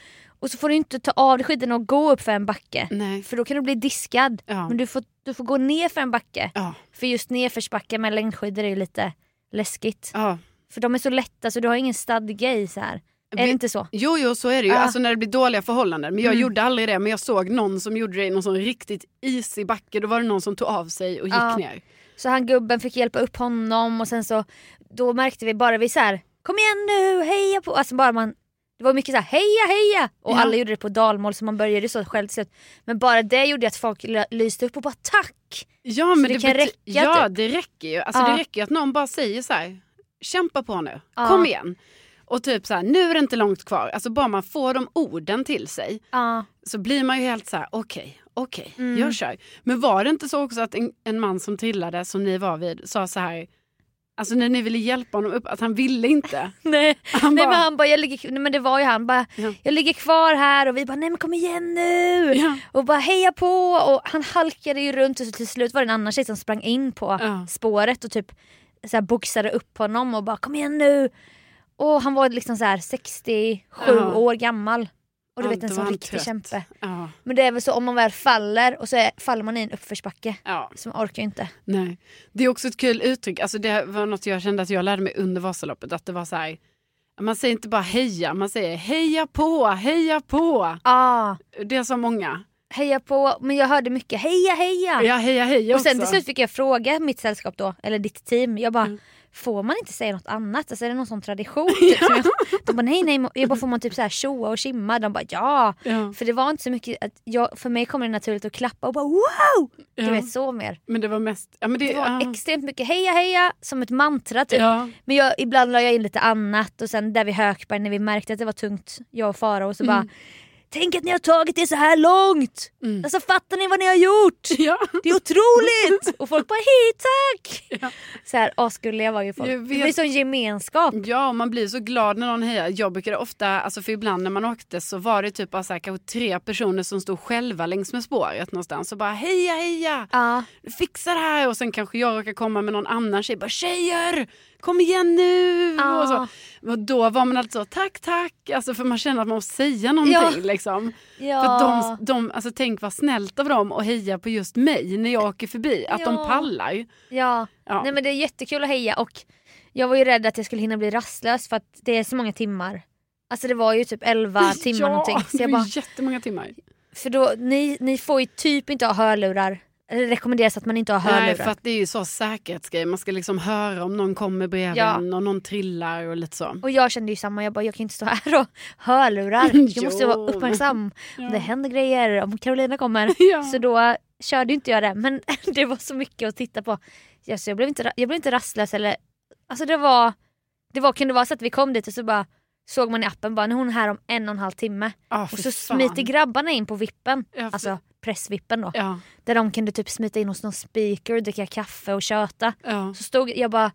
S1: och så får du inte ta av dig skidorna och gå upp för en backe.
S2: Nej.
S1: För då kan du bli diskad.
S2: Mm. Ja.
S1: Men du får, du får gå ner för en backe.
S2: Ja.
S1: För just nedförsbacke med längdskidor är ju lite läskigt.
S2: Ja.
S1: För de är så lätta så du har ingen stadga i så här. Är det inte så?
S2: Jo, jo, så är det ju.
S1: Ja.
S2: Alltså när det blir dåliga förhållanden. Men jag
S1: Ah. Mm.
S2: gjorde aldrig det. Men jag såg någon som gjorde det i någon sån riktigt isig backe. Då var det någon som tog av sig och gick
S1: Ja.
S2: ner.
S1: Så han gubben fick hjälpa upp honom och sen så då märkte vi bara vi så här kom igen nu, heja på, alltså bara man det var mycket så här heja heja och
S2: Ja.
S1: alla gjorde det på dalmål så man började så själv till slut. Men bara det gjorde att folk l- lyste upp och bara tack.
S2: Ja, men
S1: det
S2: det,
S1: kan
S2: bety-
S1: räcka, typ? Ah.
S2: Ja, det räcker ju. Alltså,
S1: Ja.
S2: Det räcker ju att någon bara säger så här. Kämpa på nu.
S1: Ja.
S2: Kom igen. Och typ så här, nu är det inte långt kvar. Alltså bara man får de orden till sig
S1: Ja,
S2: så blir man ju helt så här, okej, okej,
S1: Mm.
S2: jag kör. Men var det inte så också att en, en man som trillade, som ni var vid, sa så här, alltså när ni ville hjälpa honom upp, att han ville inte.
S1: nej,
S2: Han
S1: nej
S2: bara,
S1: men han bara jag ligger, nej, men det var ju han bara
S2: Ja.
S1: jag ligger kvar här och vi bara nej men kom igen nu.
S2: ja.
S1: Och bara heja på och han halkade ju runt och så till slut var det en annan tjej som sprang in på
S2: Ja.
S1: spåret och typ så här boxade upp honom och bara kom igen nu. Och han var liksom så här 67
S2: Ja.
S1: år gammal. Och du
S2: Ja,
S1: vet en
S2: då
S1: sån
S2: var han
S1: riktig
S2: trött.
S1: kämpe.
S2: ja,
S1: Men det är väl så om man väl faller och så är, faller man i en uppförsbacke.
S2: ja,
S1: Som orkar ju inte.
S2: nej. Det är också ett kul uttryck, alltså det var något jag kände att jag lärde mig under Vasaloppet, att det var så här, man säger inte bara heja, man säger heja på, heja på.
S1: Ah,
S2: Det sa många.
S1: heja på, men jag hörde mycket heja heja.
S2: Ja, heja heja
S1: och sen
S2: också.
S1: till slut fick jag fråga mitt sällskap då, eller ditt team, jag bara
S2: Mm.
S1: Får man inte säga något annat? Alltså är det någon sån tradition? Typ, som jag, de bara nej nej, jag bara får man typ så här tjoa och tjimma? De bara ja!
S2: Ja,
S1: För det var inte så mycket, att jag, för mig kommer det naturligt att klappa och bara wow! Du
S2: ja.
S1: vet så mer.
S2: Men det var mest, ja men det,
S1: Det var
S2: ja.
S1: extremt mycket heja heja som ett mantra typ.
S2: ja.
S1: Men jag, ibland la jag in lite annat och sen där vid Hökberg när vi märkte att det var tungt, jag och Farao, så bara Tänk att ni har tagit det så här långt!
S2: Mm.
S1: Alltså fattar ni vad ni har gjort?
S2: ja.
S1: Det är otroligt! Och folk bara hej tack!
S2: Ja.
S1: Så här asgulliga var ju folk.
S2: Jag
S1: Det
S2: vet-
S1: blir sån gemenskap.
S2: Ja, och man blir så glad när någon hejar. Jag brukade ofta, alltså för ibland när man åkte så var det typ bara så här, kanske tre personer som stod själva längs med spåret någonstans och bara heja heja,
S1: Ja.
S2: fixa det här och sen kanske jag råkar komma med någon annan tjej bara tjejer, kom igen nu
S1: Ja.
S2: och så. Och då var man alltid så tack tack, alltså för man känner att man måste säga någonting
S1: Ja.
S2: liksom.
S1: ja.
S2: För de, de, alltså tänk vad snällt av dem att heja på just mig när jag åker förbi, att de
S1: Ja.
S2: pallar.
S1: ja.
S2: Ja.
S1: Nej men det är jättekul att heja och jag var ju rädd att jag skulle hinna bli rastlös för att det är så många timmar. Alltså det var ju typ 11 timmar
S2: ja,
S1: någonting. Så
S2: det
S1: jag
S2: var
S1: bara,
S2: jättemånga timmar.
S1: för då, ni, ni får ju typ inte ha hörlurar. Eller Det rekommenderas att man inte har hörlurar.
S2: Nej, för att det är ju så säkerhetsgrej. Man ska liksom höra om någon kommer bredvid
S1: Ja.
S2: en och någon trillar och lite så.
S1: Och jag kände ju samma, jag bara jag kan ju inte stå här och hörlurar. Jag måste
S2: Jo.
S1: vara uppmärksam.
S2: Ja.
S1: Om det händer grejer, om Carolina kommer.
S2: Ja.
S1: Så då körde inte jag det men det var så mycket att titta på. Ja, så jag, blev inte, ra- jag blev inte rastlös eller... Alltså det var... Det var, kunde vara så att vi kom dit och så bara såg man i appen bara nu är hon här om en och en halv timme.
S2: Ah,
S1: Och
S2: fy
S1: så
S2: fan.
S1: smiter grabbarna in på vippen,
S2: Ja, fy-
S1: alltså pressvippen då.
S2: Ja,
S1: Där de kunde typ smita in hos någon speaker och dricka kaffe och köta.
S2: ja.
S1: Så stod jag bara,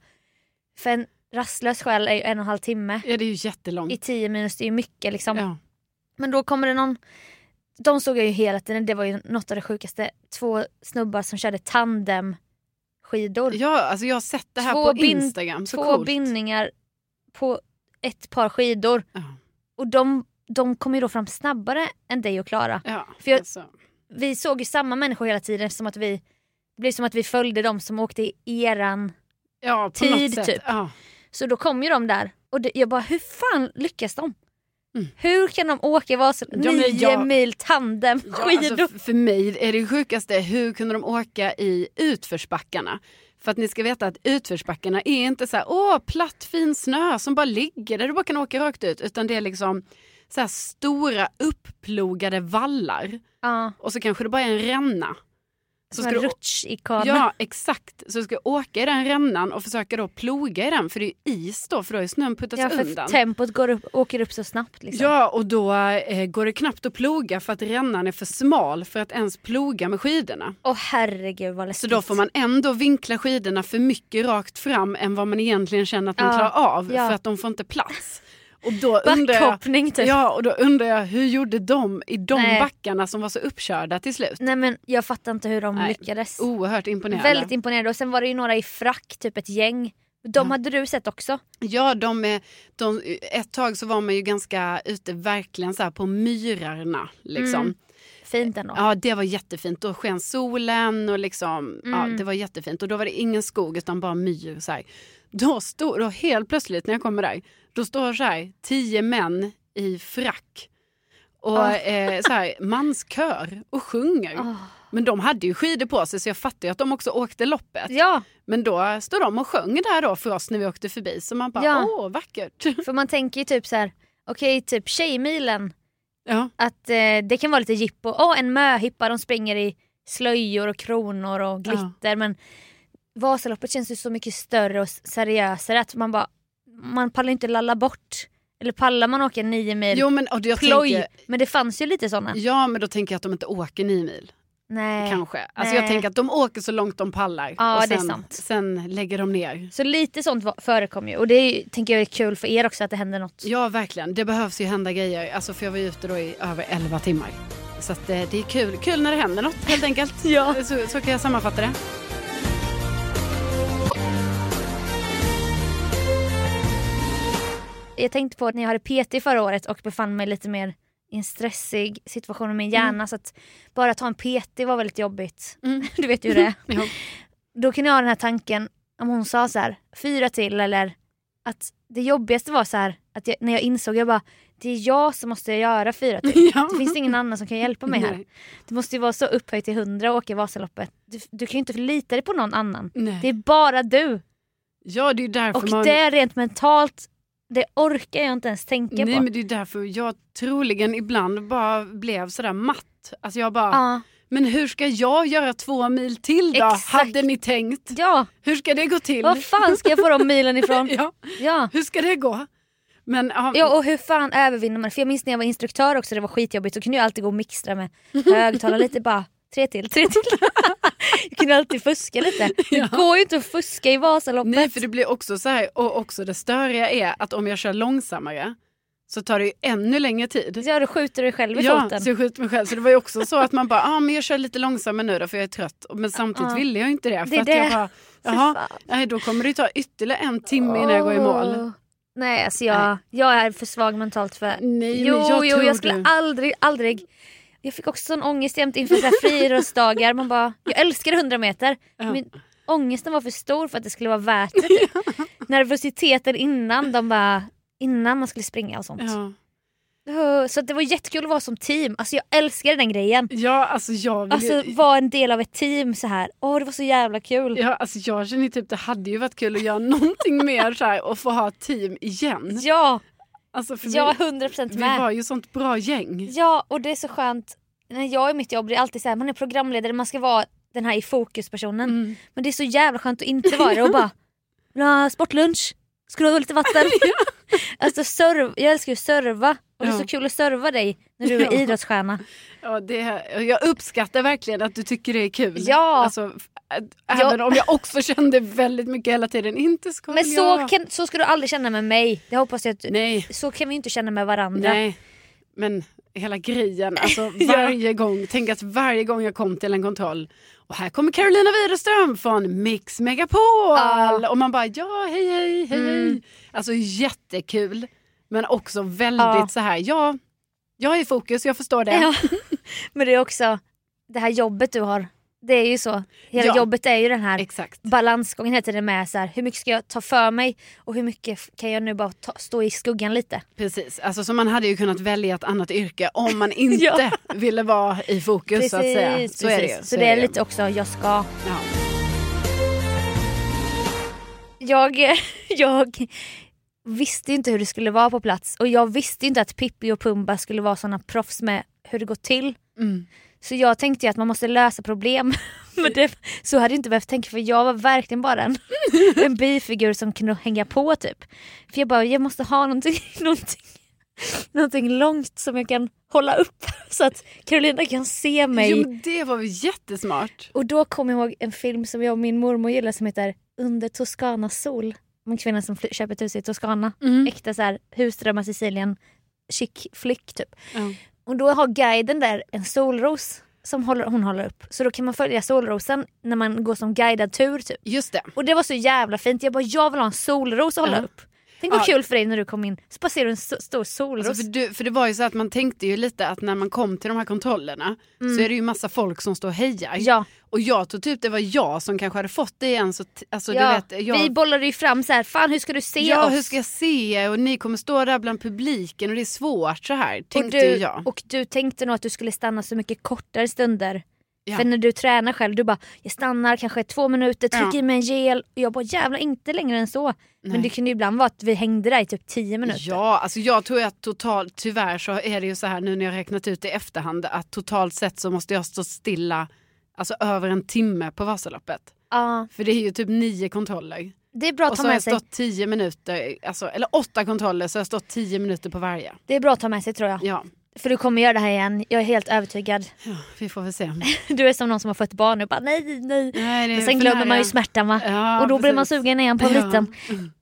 S1: för en rastlös själ är ju en och en halv timme.
S2: ja, det är ju jättelångt.
S1: I 10 minus, det är ju mycket liksom.
S2: Ja.
S1: Men då kommer det någon, de såg jag ju hela tiden, det var ju något av det sjukaste. Två snubbar som körde tandemskidor.
S2: ja, alltså jag har sett det här
S1: Två
S2: på
S1: bin-
S2: Instagram. Så
S1: Två
S2: coolt.
S1: bindningar på ett par skidor.
S2: Ja,
S1: Och de, de kom ju då fram snabbare än dig och Klara.
S2: ja.
S1: För jag-
S2: alltså.
S1: Vi såg ju samma människor hela tiden eftersom att vi, det blev som att vi följde dem som åkte i eran.
S2: ja på
S1: tid,
S2: något sätt.
S1: typ.
S2: Ja.
S1: Så då kom ju de där och det, jag bara hur fan lyckas de?
S2: Mm.
S1: Hur kan de åka i Vasal-
S2: Ja, men
S1: nio
S2: jag-
S1: mil tandemskidor?
S2: Ja, alltså, f- för mig är det sjukaste, hur kunde de åka i utförsbackarna? För att ni ska veta att utförsbackarna är inte så här, åh, platt fin snö som bara ligger där du bara kan åka rakt ut, utan det är liksom så här stora uppplogade vallar
S1: ja,
S2: och så kanske det bara är en ränna. Så
S1: som
S2: ska
S1: en
S2: du,
S1: rutsch i kameran.
S2: ja, exakt. Så du ska åka i den rännan och försöka då ploga i den, för det är ju is då, för då har ju snön puttats
S1: Ja, för
S2: undan.
S1: tempot går upp, åker upp så snabbt. Liksom.
S2: Ja, och då eh, går det knappt att ploga för att rännan är för smal för att ens ploga med skidorna.
S1: Åh herregud vad läskigt.
S2: Så då får man ändå vinkla skidorna för mycket rakt fram än vad man egentligen känner att man
S1: Ja,
S2: klarar av
S1: ja.
S2: för att de får inte plats. Och då undrar jag,
S1: Backhoppning typ.
S2: ja, och då undrar jag hur gjorde de i de
S1: Nej.
S2: backarna som var så uppkörda till slut?
S1: Nej men jag fattar inte hur de
S2: Nej.
S1: lyckades.
S2: Oerhört imponerande.
S1: Väldigt imponerande. Och sen var det ju några i frack, typ ett gäng. De
S2: Ja.
S1: hade du sett också.
S2: Ja, de, är- de, ett tag så var man ju ganska ute verkligen så här på myrarna. Liksom.
S1: Mm. fint ändå.
S2: Ja, det var jättefint. Då sken solen och liksom, ja,
S1: Mm.
S2: det var jättefint. Och då var det ingen skog utan bara myr. Så här. Då stod, då helt plötsligt när jag kommer där, då står så här tio män i frack och
S1: Ah.
S2: eh, så här, manskör och sjunger.
S1: Åh.
S2: Men de hade ju skidor på sig så jag fattar ju att de också åkte loppet.
S1: Ja,
S2: Men då stod de och sjöng där då för oss när vi åkte förbi. Så man bara,
S1: Ja.
S2: åh vackert.
S1: för man tänker ju typ så här. okej typ Tjejmilen,
S2: Ja,
S1: att eh, det kan vara lite jippo, åh en möhippa, de springer i slöjor och kronor och glitter men Vasaloppet känns ju så mycket större och s- seriösare att man bara, man pallar ju inte lalla bort. Eller pallar man åka nio mil
S2: jo, men, och jag
S1: Eh, ploj?
S2: tänker,
S1: Men det fanns ju lite sådana.
S2: ja men då tänker jag att de inte åker nio mil.
S1: Nej.
S2: Kanske. Alltså jag
S1: Nej.
S2: tänker att de åker så långt de pallar.
S1: Ja,
S2: och sen,
S1: det är sant.
S2: sen lägger de ner.
S1: Så lite sånt va- förekom ju och det är, ju- tänker jag är kul för er också att det händer något.
S2: Ja, verkligen. Det behövs ju hända grejer. Alltså, för jag var ju ute då i över 11 timmar. Så att, eh, det är kul. Kul när det händer något helt enkelt.
S1: Ja.
S2: så, så kan jag sammanfatta det.
S1: Jag tänkte på att när jag hade PT förra året och befann mig lite mer i en stressig situation med min hjärna så att bara ta en PT var väldigt jobbigt.
S2: Mm.
S1: Du vet ju hur det är.
S2: Ja.
S1: Då kunde jag ha den här tanken om hon sa så här, fyra till eller att det jobbigaste var så här att jag, när jag insåg jag bara det är jag som måste göra fyra till.
S2: Ja.
S1: Det finns ingen annan som kan hjälpa mig här.
S2: Nej.
S1: Det måste ju vara så upphöjt till hundra och åka Vasaloppet. Du, du kan ju inte förlita dig på någon annan.
S2: Nej.
S1: Det är bara du.
S2: Ja, det är ju därför
S1: Och
S2: man...
S1: det är rent mentalt, det orkar jag inte ens tänka
S2: Nej,
S1: på.
S2: men det är därför jag troligen ibland bara blev sådär matt. Alltså jag bara,
S1: Ja,
S2: men hur ska jag göra två mil till då?
S1: Exakt.
S2: Hade ni tänkt?
S1: ja.
S2: Hur ska det gå till?
S1: var fan ska jag få de milen ifrån?
S2: Ja,
S1: Ja.
S2: hur ska det gå? Men, ja,
S1: ja, och hur fan övervinner man För jag minns när jag var instruktör också, det var skitjobbigt. Så kunde jag alltid gå och mixtra med högtalare lite bara. Tre till, tre till. jag kunde alltid fuska lite. Det
S2: Ja.
S1: går ju inte att fuska i Vasaloppet.
S2: Nej, för det blir också så här, och också det störiga är att om jag kör långsammare så tar det ju ännu längre tid.
S1: Ja, då skjuter du dig själv i
S2: Ja,
S1: foten.
S2: så jag skjuter mig själv. Så det var ju också så att man bara, ah, men jag kör lite långsammare nu då för jag är trött. Men samtidigt
S1: Ja.
S2: ville jag inte det. För
S1: Det är
S2: att jag
S1: det.
S2: bara,
S1: Fy
S2: jaha,
S1: fan.
S2: nej, då kommer det ju ta ytterligare en timme innan jag går i mål.
S1: Åh. Nej, alltså jag, jag är för svag mentalt för
S2: Nej,
S1: Jo,
S2: men jag
S1: jo,
S2: tror
S1: jag skulle
S2: det.
S1: aldrig, aldrig. Jag fick också sån ångest jämt inför så här friidrottsdagar. Man bara, jag älskar 100 meter.
S2: Ja.
S1: Men ångesten var för stor för att det skulle vara värt det. Typ. Nervositeten innan, de bara, innan man skulle springa och sånt.
S2: Ja.
S1: Öh, Så att det var jättekul att vara som team. Alltså jag älskade den grejen.
S2: ja, alltså jag vill
S1: Alltså
S2: ju...
S1: vara en del av ett team så här. Åh det var så jävla kul.
S2: Ja, alltså jag känner ju typ det hade ju varit kul att göra någonting mer så här och få ha team igen.
S1: Ja,
S2: Alltså för
S1: jag är
S2: vi,
S1: 100%
S2: vi
S1: med.
S2: var ju sånt bra gäng.
S1: Ja, och det är så skönt. När jag är mitt jobb det är alltid så här, man är programledare, man ska vara den här i fokuspersonen.
S2: Mm.
S1: Men det är så jävla skönt att inte vara det och bara "Vill du ha sportlunch? Ska du ha lite vatten? alltså serv, jag älskar ju att serva och det är
S2: Ja.
S1: så kul att serva dig när du är
S2: Ja.
S1: idrottsstjärna.
S2: Ja, det, jag uppskattar verkligen att du tycker det är kul.
S1: Ja.
S2: Alltså, f- att- även om jag också kände väldigt mycket hela tiden, inte ska
S1: Men så,
S2: jag.
S1: kan, så ska du aldrig känna med mig. Jag hoppas jag att du,
S2: Nej,
S1: så kan vi ju inte känna med varandra.
S2: nej. Men hela grejen, alltså varje gång, tänk att varje gång jag kom till en kontroll och här kommer Carolina Widerström från Mix Megapol!
S1: Ja.
S2: Och man bara ja, hej hej, hej hej.
S1: Mm.
S2: Alltså jättekul, men också väldigt
S1: Ja.
S2: så här, ja, jag är i fokus, jag förstår det.
S1: Ja. Men det är också det här jobbet du har. Det är ju så. Hela
S2: Ja.
S1: jobbet är ju den här
S2: Exakt.
S1: balansgången hela tiden med så här, hur mycket ska jag ta för mig och hur mycket f- kan jag nu bara ta, stå i skuggan lite.
S2: Precis, alltså, så man hade ju kunnat välja ett annat yrke om man inte
S1: Ja.
S2: ville vara i fokus så att säga. Så är det ju.
S1: precis. Så det är lite också jag ska.
S2: Ja.
S1: Jag, jag visste ju inte hur det skulle vara på plats och jag visste ju inte att Pippi och Pumba skulle vara såna proffs med hur det går till.
S2: Mm.
S1: Så jag tänkte ju att man måste lösa problem. Men det, så hade jag inte behövt tänka för jag var verkligen bara en, en bifigur som kunde hänga på typ. För jag bara, jag måste ha någonting, någonting, någonting långt som jag kan hålla upp så att Carolina kan se mig.
S2: Jo, men det var väl jättesmart.
S1: Och då kom jag ihåg en film som jag och min mormor gillar som heter Under Toscanas sol. Om en kvinna som fly- köper ett hus i Toscana.
S2: Mm.
S1: Äkta så här, husdrömmar Sicilien, chic flick typ.
S2: Ja.
S1: Och då har guiden där en solros som håller, hon håller upp. Så då kan man följa solrosen när man går som guidad tur typ.
S2: Just det.
S1: Och det var så jävla fint. Jag bara, jag vill ha en solros att hålla
S2: Ja.
S1: upp. Tänk vad
S2: Ja.
S1: kul för dig när du kom in, så bara ser du en st- stor solros.
S2: Alltså för, du, för det var ju så att man tänkte ju lite att när man kom till de här kontrollerna så är det ju massa folk som står och hejar.
S1: Mm. ja,
S2: Och jag tror typ det var jag som kanske hade fått det igen. Så t- alltså,
S1: ja.
S2: du vet, jag,
S1: Vi bollade ju fram så här, fan hur ska du se
S2: ja,
S1: oss?
S2: hur ska jag se er? Och ni kommer stå där bland publiken och det är svårt så här. Tänkte
S1: och,
S2: ju
S1: du,
S2: jag.
S1: och du tänkte nog att du skulle stanna så mycket kortare stunder.
S2: Ja.
S1: För när du tränar själv, du bara jag stannar kanske två minuter, trycker
S2: Ja.
S1: i mig en gel. Och jag bara jävlar inte längre än så. Men
S2: Nej.
S1: det kunde ju ibland vara att vi hängde där i typ tio minuter.
S2: Ja, alltså jag tror att totalt, tyvärr så är det ju så här nu när jag räknat ut i efterhand att totalt sett så måste jag stå stilla alltså över en timme på Vasaloppet.
S1: Ja,
S2: För det är ju typ nio kontroller.
S1: det är bra att
S2: Och
S1: ta
S2: så har
S1: med
S2: jag
S1: sig.
S2: stått tio minuter, alltså, eller åtta kontroller så jag har stått tio minuter på varje.
S1: Det är bra att ta med sig tror jag.
S2: Ja,
S1: För du kommer göra det här igen, jag är helt övertygad.
S2: ja vi får väl se.
S1: Du är som någon som har fått barn och bara nej, nej.
S2: Nej, det är
S1: Men sen
S2: Eh, för
S1: glömmer
S2: nära.
S1: man ju smärtan va?
S2: Ja,
S1: och då blir man
S2: precis.
S1: sugen igen på en
S2: Ja.
S1: liten.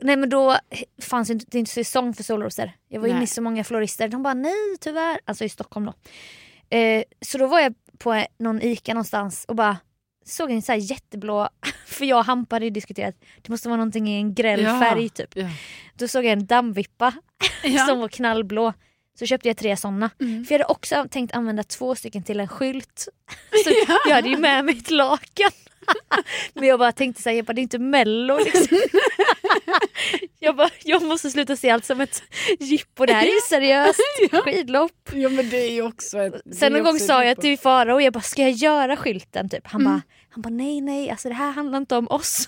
S1: Nej men då fanns ju inte, det är inte säsong för solrosor. Jag var ju
S2: Nej.
S1: miss så många florister. De bara nej tyvärr. Alltså i Stockholm då. Eh, så då var jag på eh, någon ICA någonstans och bara såg en så här jätteblå, för jag och Hampa hade ju diskuterat, det måste vara någonting i en gräll
S2: Ja.
S1: färg typ.
S2: Ja.
S1: Då såg jag en dammvippa
S2: Ja. Mm.
S1: som var knallblå. Så köpte jag tre sådana. För jag hade också tänkt använda två stycken till en skylt. Så Jag hade ju med mig ett lakan. Men jag bara tänkte såhär, jag bara, det är inte mello liksom. jag, bara, jag måste sluta se allt som ett jippo, det här är ju seriöst skidlopp.
S2: ja, men det är ju också ett, det är
S1: Sen någon gång
S2: också Mm.
S1: sa
S2: ett-
S1: jag till Farao, och jag bara ska jag göra skylten typ? Han bara han bara nej nej alltså det här handlar inte om oss.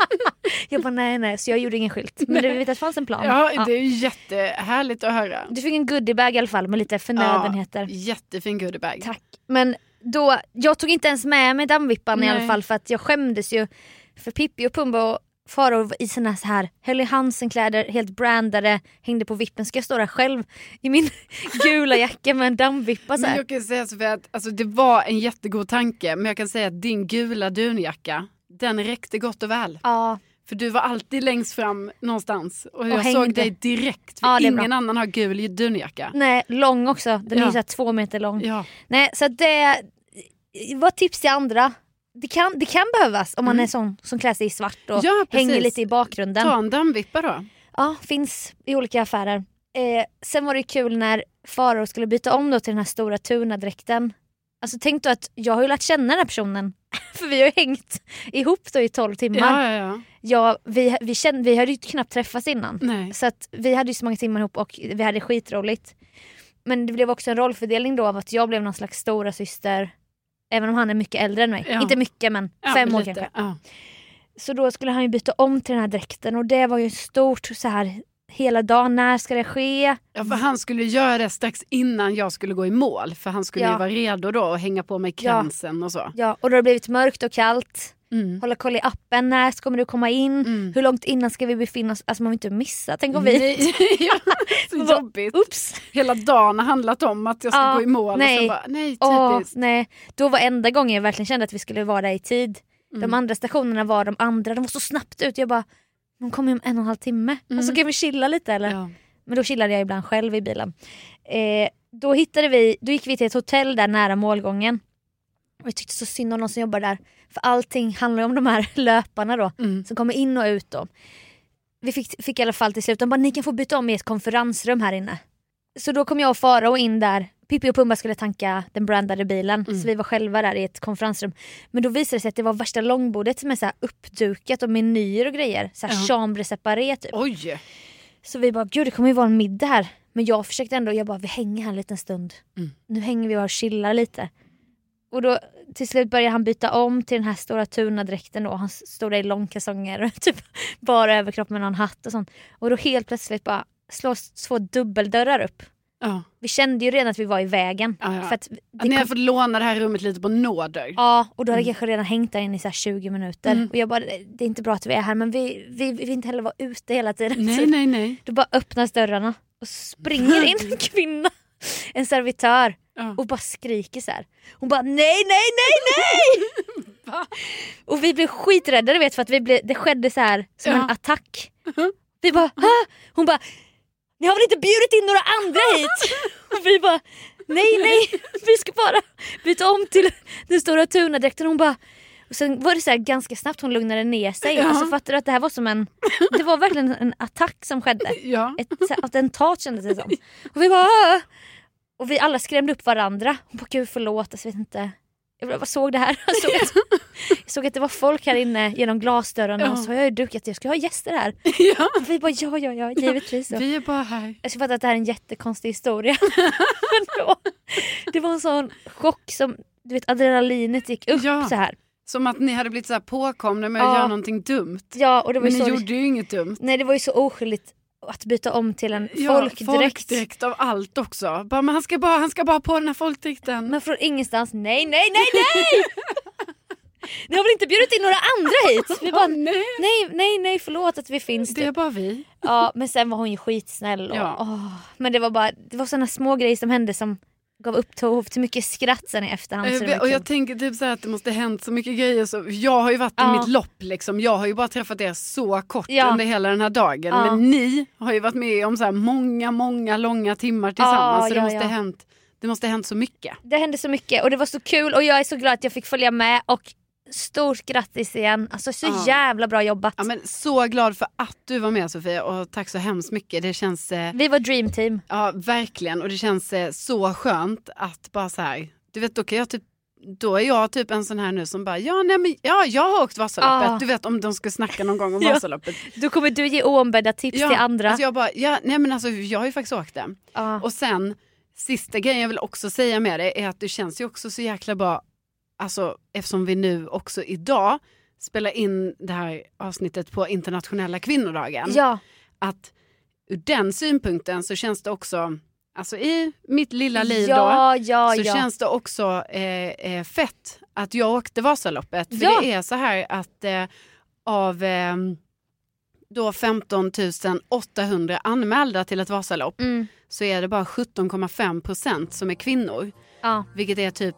S1: jag bara nej nej så jag gjorde ingen skylt. Men du vet att det fanns en plan.
S2: Ja,
S1: Ja.
S2: det är ju jättehärligt att höra.
S1: Du fick en goodiebag i alla fall med lite förnödenheter.
S2: Ja, jättefin goodiebag.
S1: Tack. Men då, jag tog inte ens med mig dammvippan i
S2: Nej.
S1: alla fall för att jag skämdes ju. För Pippi och Pumba och Farao var i sina så här Helly Hansen-kläder, helt brandade, hängde på vippen. Ska jag stå där själv i min gula jacka med en dammvippa så
S2: Men
S1: här?
S2: jag kan säga så för att alltså, det var en jättegod tanke men jag kan säga att din gula dunjacka den räckte gott och väl.
S1: Ja,
S2: För du var alltid längst fram någonstans och jag
S1: hängde.
S2: såg dig direkt för
S1: Ja, det är bra. Mm.
S2: ingen annan har gul dunjacka.
S1: nej, lång också. Den är
S2: Ja.
S1: ju så här två meter lång.
S2: Ja,
S1: Nej, så att det var tips till andra. Det kan, det kan behövas om man är sån som klär sig i svart och
S2: Mm. Ja, precis.
S1: hänger lite i bakgrunden.
S2: ta en dammvippa då.
S1: Ja, finns i olika affärer. Eh, sen var det kul när Farao skulle byta om då till den här stora Tuna-dräkten. Alltså tänk då att jag har ju lärt känna den här personen. För vi har ju hängt ihop då i 12 timmar.
S2: Ja,
S1: Ja.
S2: ja, ja.
S1: vi, vi, kände, vi hade ju knappt träffats innan.
S2: Nej.
S1: Så att vi hade ju så många timmar ihop och vi hade skitroligt. Men det blev också en rollfördelning då av att jag blev någon slags stora syster. Även om han är mycket äldre än mig.
S2: Ja.
S1: Inte mycket men
S2: Ja,
S1: fem
S2: men
S1: år
S2: lite.
S1: kanske.
S2: Ja.
S1: Så då skulle han ju byta om till den här dräkten och det var ju stort så här hela dagen, när ska det ske?
S2: Ja, för han skulle göra det strax innan jag skulle gå i mål för han skulle
S1: Ja.
S2: ju vara redo då och hänga på mig
S1: Ja.
S2: kransen och så.
S1: Ja, och då har det blivit mörkt och kallt.
S2: Mm.
S1: Hålla koll i appen, när ska- kommer du komma in?
S2: Mm.
S1: Hur långt innan ska vi befinna oss? Alltså man vill inte missa, tänk om vi...
S2: Nej, ja, så
S1: Vad-
S2: jobbigt.
S1: Oops!
S2: Hela dagen har handlat om att jag ska
S1: Ja,
S2: gå i mål
S1: nej.
S2: och sen bara, nej
S1: Åh,
S2: typiskt.
S1: nej. Då var enda gången jag verkligen kände att vi skulle vara där i tid.
S2: Mm.
S1: De andra stationerna var de andra, de var så snabbt ut. Jag bara, de kommer ju om en och en halv timme.
S2: Mm.
S1: Alltså kan vi chilla lite eller?
S2: Ja.
S1: Men då chillade jag ibland själv i bilen. Eh, då, hittade vi, då gick vi till ett hotell där nära målgången. Och jag tyckte så synd om de som jobbar där. För allting handlar ju om de här löparna då.
S2: Mm.
S1: Som kommer in och ut då. Vi fick, fick i alla fall till slut, de bara ni kan få byta om i ett konferensrum här inne. Så då kom jag och Farao in där. Pippi och Pumba skulle tanka den brandade bilen. Så vi var själva där i ett konferensrum. Men då visade det sig att det var värsta långbordet som är så här uppdukat och menyer och grejer. Så här
S2: Ja.
S1: chambre separé typ.
S2: Oj!
S1: Så vi bara, gud det kommer ju vara en middag här. Men jag försökte ändå, jag bara vi hänger här en liten stund.
S2: Mm.
S1: Nu hänger vi bara och chillar lite. Och då till slut började han byta om till den här stora Tuna-dräkten då. Han stod där i långkalsonger och typ bara överkropp med någon hatt och sånt. Och då helt plötsligt bara slås två dubbeldörrar upp.
S2: Ja.
S1: Vi kände ju redan att vi var i vägen.
S2: Ja, ja. Mm.
S1: För att
S2: Att
S1: det
S2: ni
S1: kom,
S2: har fått låna det här rummet lite på nåder.
S1: ja, och då hade jag kanske redan hängt där inne i så här 20 minuter.
S2: Mm.
S1: Och jag bara, det är inte bra att vi är här men vi, vi, vi vill inte heller vara ute hela tiden.
S2: Nej, nej, nej.
S1: Då bara öppnas dörrarna och springer in en kvinna, en servitör
S2: Ja.
S1: och bara skriker så här. Hon bara nej, nej, nej, nej! och vi blev skiträdda du vet för att vi blev, det skedde så här som
S2: Ja.
S1: en attack. Vi bara "Ah!" Hon bara ni har väl inte bjudit in några andra hit? och vi bara nej, nej, vi ska bara byta om till den stora tunadräkten. Hon bara Och sen var det så här ganska snabbt hon lugnade ner sig. Alltså, fattar du att det här var som en... Det var verkligen en attack som skedde.
S2: Ja.
S1: Ett så här attentat kändes det som. Och vi bara... "Åh!" Och vi alla skrämde upp varandra. Och bara, Gud förlåt, alltså, jag vet inte. Jag bara såg det här. Jag såg att, jag såg att det var folk här inne genom glasdörrarna.
S2: Ja.
S1: Och så jag har ju dukat, jag ska ha gäster här.
S2: ja.
S1: Och vi bara ja, ja, ja, givetvis. Så.
S2: Vi är bara här.
S1: Jag fattar att det här är en jättekonstig historia. Men då, det var en sån chock som du vet adrenalinet gick upp
S2: Ja.
S1: så här.
S2: Som att ni hade blivit så här påkomna med att
S1: Ja.
S2: göra någonting dumt.
S1: Ja, och det var
S2: Men
S1: ju
S2: ni
S1: så,
S2: gjorde ju inget dumt.
S1: Nej det var ju så oskyldigt att byta om till en
S2: Ja,
S1: folkdräkt.
S2: folkdräkt av allt också. Bara, men han, ska bara, han ska bara på den här folkdräkten.
S1: Men från ingenstans, nej, nej, nej, nej! Ni har väl inte bjudit in några andra hit? Vi bara,
S2: Åh, nej,
S1: nej, nej, nej, förlåt att vi finns.
S2: det är
S1: typ.
S2: bara vi.
S1: Ja, men sen var hon ju skitsnäll. Och,
S2: Ja.
S1: åh, men det var bara det var såna små grejer som hände som gav upphov till mycket skratt sen i efterhand. så det
S2: Eh,
S1: var
S2: och
S1: kul.
S2: jag tänker typ så här att det måste ha hänt så mycket grejer. Så jag har ju varit i
S1: Ja.
S2: mitt lopp liksom. Jag har ju bara träffat er så kort
S1: Ja.
S2: under hela den här dagen.
S1: Ja.
S2: Men ni har ju varit med om så här många, många långa timmar tillsammans.
S1: Ja,
S2: så det,
S1: ja,
S2: måste
S1: ja.
S2: ha hänt, det måste ha hänt så mycket.
S1: Det hände så mycket och det var så kul och jag är så glad att jag fick följa med och stort grattis igen. Alltså så
S2: Ja.
S1: jävla bra jobbat.
S2: Ja, men så glad för att du var med Sofia och tack så hemskt mycket. Det känns eh,
S1: Vi var dream team.
S2: Ja, verkligen. Och det känns eh, så skönt att bara så här, du vet då kan jag typ då är jag typ en sån här nu som bara, ja, nej, men, ja jag har åkt Vasaloppet,
S1: Ah.
S2: du vet om de ska snacka någon gång om
S1: Ja.
S2: Vasaloppet.
S1: Då kommer du ge oombedda tips
S2: Ja,
S1: till andra.
S2: Alltså jag bara, ja, nej men alltså jag har ju faktiskt åkt det.
S1: ja.
S2: Och sen, sista grejen jag vill också säga med det är att det känns ju också så jäkla bra, alltså eftersom vi nu också idag spelar in det här avsnittet på internationella kvinnodagen
S1: ja.
S2: att ur den synpunkten så känns det också, alltså i mitt lilla liv då,
S1: ja, ja,
S2: så
S1: ja.
S2: känns det också eh, eh, fett att jag åkte Vasaloppet. För
S1: Ja.
S2: det är så här att eh, av eh, då 15 800 anmälda till ett Vasalopp
S1: Mm.
S2: så är det bara 17,5 procent som är kvinnor.
S1: Ja,
S2: Vilket är typ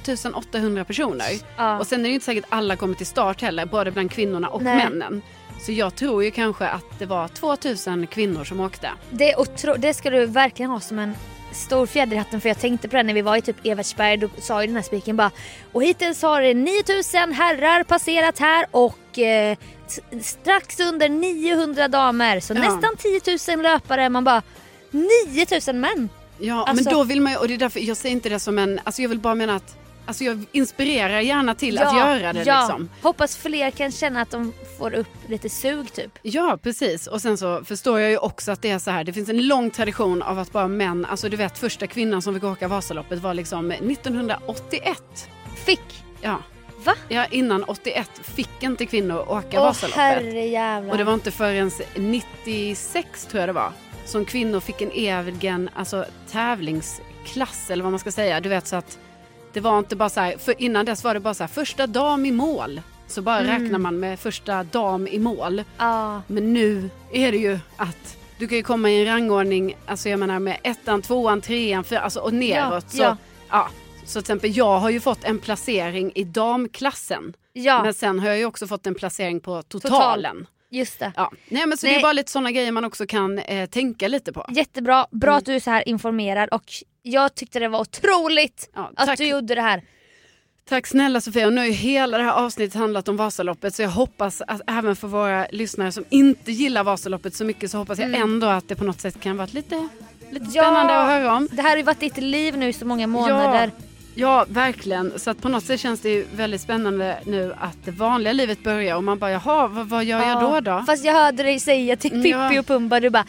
S2: 2800 personer.
S1: ja.
S2: Och sen är det ju inte säkert alla kommer till start heller, både bland kvinnorna och
S1: Nej.
S2: männen. Så jag tror ju kanske att det var 2000 kvinnor som åkte.
S1: Det, är otro- det ska du verkligen ha som en stor fjäder i hatten för jag tänkte på det när vi var i typ Evertsberg då sa ju den här spiken bara och hittills har 9000 herrar passerat här och eh, t- strax under 900 damer så
S2: Ja.
S1: nästan 10 000 löpare man bara 9000 män!
S2: Ja,
S1: Alltså-
S2: men då vill man ju, och det är därför jag säger inte det som en, alltså jag vill bara mena att, alltså jag inspirerar gärna till att göra det
S1: ja.
S2: liksom.
S1: Hoppas fler kan känna att de får upp lite sug typ.
S2: Ja, precis. Och sen så förstår jag ju också att det är så här, det finns en lång tradition av att bara män, alltså du vet första kvinnan som fick åka Vasaloppet var liksom 1981.
S1: Fick!
S2: Ja,
S1: Va?
S2: ja innan 81 fick inte kvinnor åka
S1: Åh
S2: Vasaloppet.
S1: herrejävlar.
S2: Och det var inte förrän 96 tror jag det var som kvinnor fick en egen alltså, tävlingsklass eller vad man ska säga. Du vet så att det var inte bara så här, för innan dess var det bara så här första dam i mål. Så bara
S1: Mm.
S2: räknar man med första dam i mål.
S1: Ja.
S2: Men nu är det ju att du kan ju komma i en rangordning, alltså jag menar med ettan, tvåan, trean, fyra, alltså och neråt. så,
S1: ja.
S2: ja. så till exempel jag har ju fått en placering i damklassen.
S1: ja,
S2: Men sen har jag ju också fått en placering på totalen.
S1: just det.
S2: Ja. Nej, men så det
S1: Nej.
S2: är bara lite sådana grejer man också kan eh, tänka lite på.
S1: Jättebra, bra
S2: Mm.
S1: att du är så här informerad och jag tyckte det var otroligt
S2: Ja,
S1: att
S2: tack.
S1: du gjorde det här.
S2: Tack snälla Sofia. Och nu har ju hela det här avsnittet handlat om Vasaloppet så jag hoppas att även för våra lyssnare som inte gillar Vasaloppet så mycket så hoppas jag ändå att det på något sätt kan vara lite, lite
S1: Mm. Ja.
S2: spännande att höra om.
S1: Det här har ju varit ditt liv nu i så många månader.
S2: Ja, ja, verkligen. Så att på något sätt känns det ju väldigt spännande nu att det vanliga livet börjar och man bara jaha, vad, vad gör jag då då?
S1: Fast jag hörde dig säga till
S2: Mm,
S1: Pippi
S2: ja.
S1: och Pumba, du bara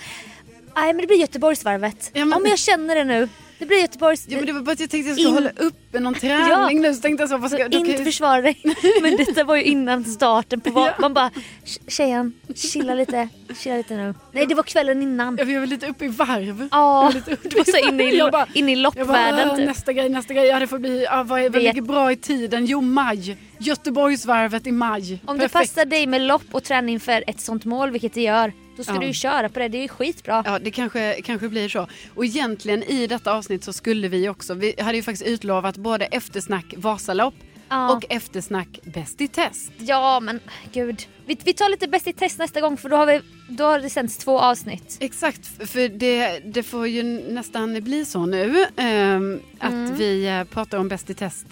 S1: Nej men det blir Göteborgsvarvet. Ja
S2: Ja,
S1: men...
S2: men-
S1: jag känner det nu. Det blir Göteborgs...
S2: Jo, men det var bara att jag tänkte att jag
S1: In- Alltså
S2: skulle hålla uppe någon träning nu så tänkte jag så, vad ska
S1: Så
S2: jag... då kan
S1: inte
S2: jag-
S1: försvara dig. Men detta var ju innan starten på var... Man bara "Tj- Tjejen, chilla lite. Chilla lite nu. Nej det var kvällen innan.
S2: Jag var lite uppe i varv.
S1: Ja,
S2: lite uppe
S1: du var så inne i,
S2: Jag bara-
S1: inne i
S2: Jag bara,
S1: loppvärlden
S2: "Åh,
S1: typ.
S2: nästa grej, nästa grej. Ja, det får bli, ja, vad, är, vad
S1: Vet.
S2: ligger bra i tiden? Jo, maj. Göteborgsvarvet i maj.
S1: Om det
S2: Perfekt.
S1: passar dig med lopp och träning för ett sånt mål, vilket det gör, då ska
S2: Ja.
S1: du ju köra på det. Det är ju skitbra.
S2: Ja, det kanske, kanske blir så. Och egentligen i detta avsnitt så skulle vi också, vi hade ju faktiskt utlovat både eftersnack Vasalopp
S1: Ja.
S2: och eftersnack Bäst i test.
S1: Ja men gud. Vi, vi tar lite Bäst i test nästa gång för då har, vi, då har det sänts två avsnitt.
S2: Exakt, f- för det, det får
S1: Mm.
S2: ju nästan bli så nu ehm, att vi eh, pratar om Bäst i test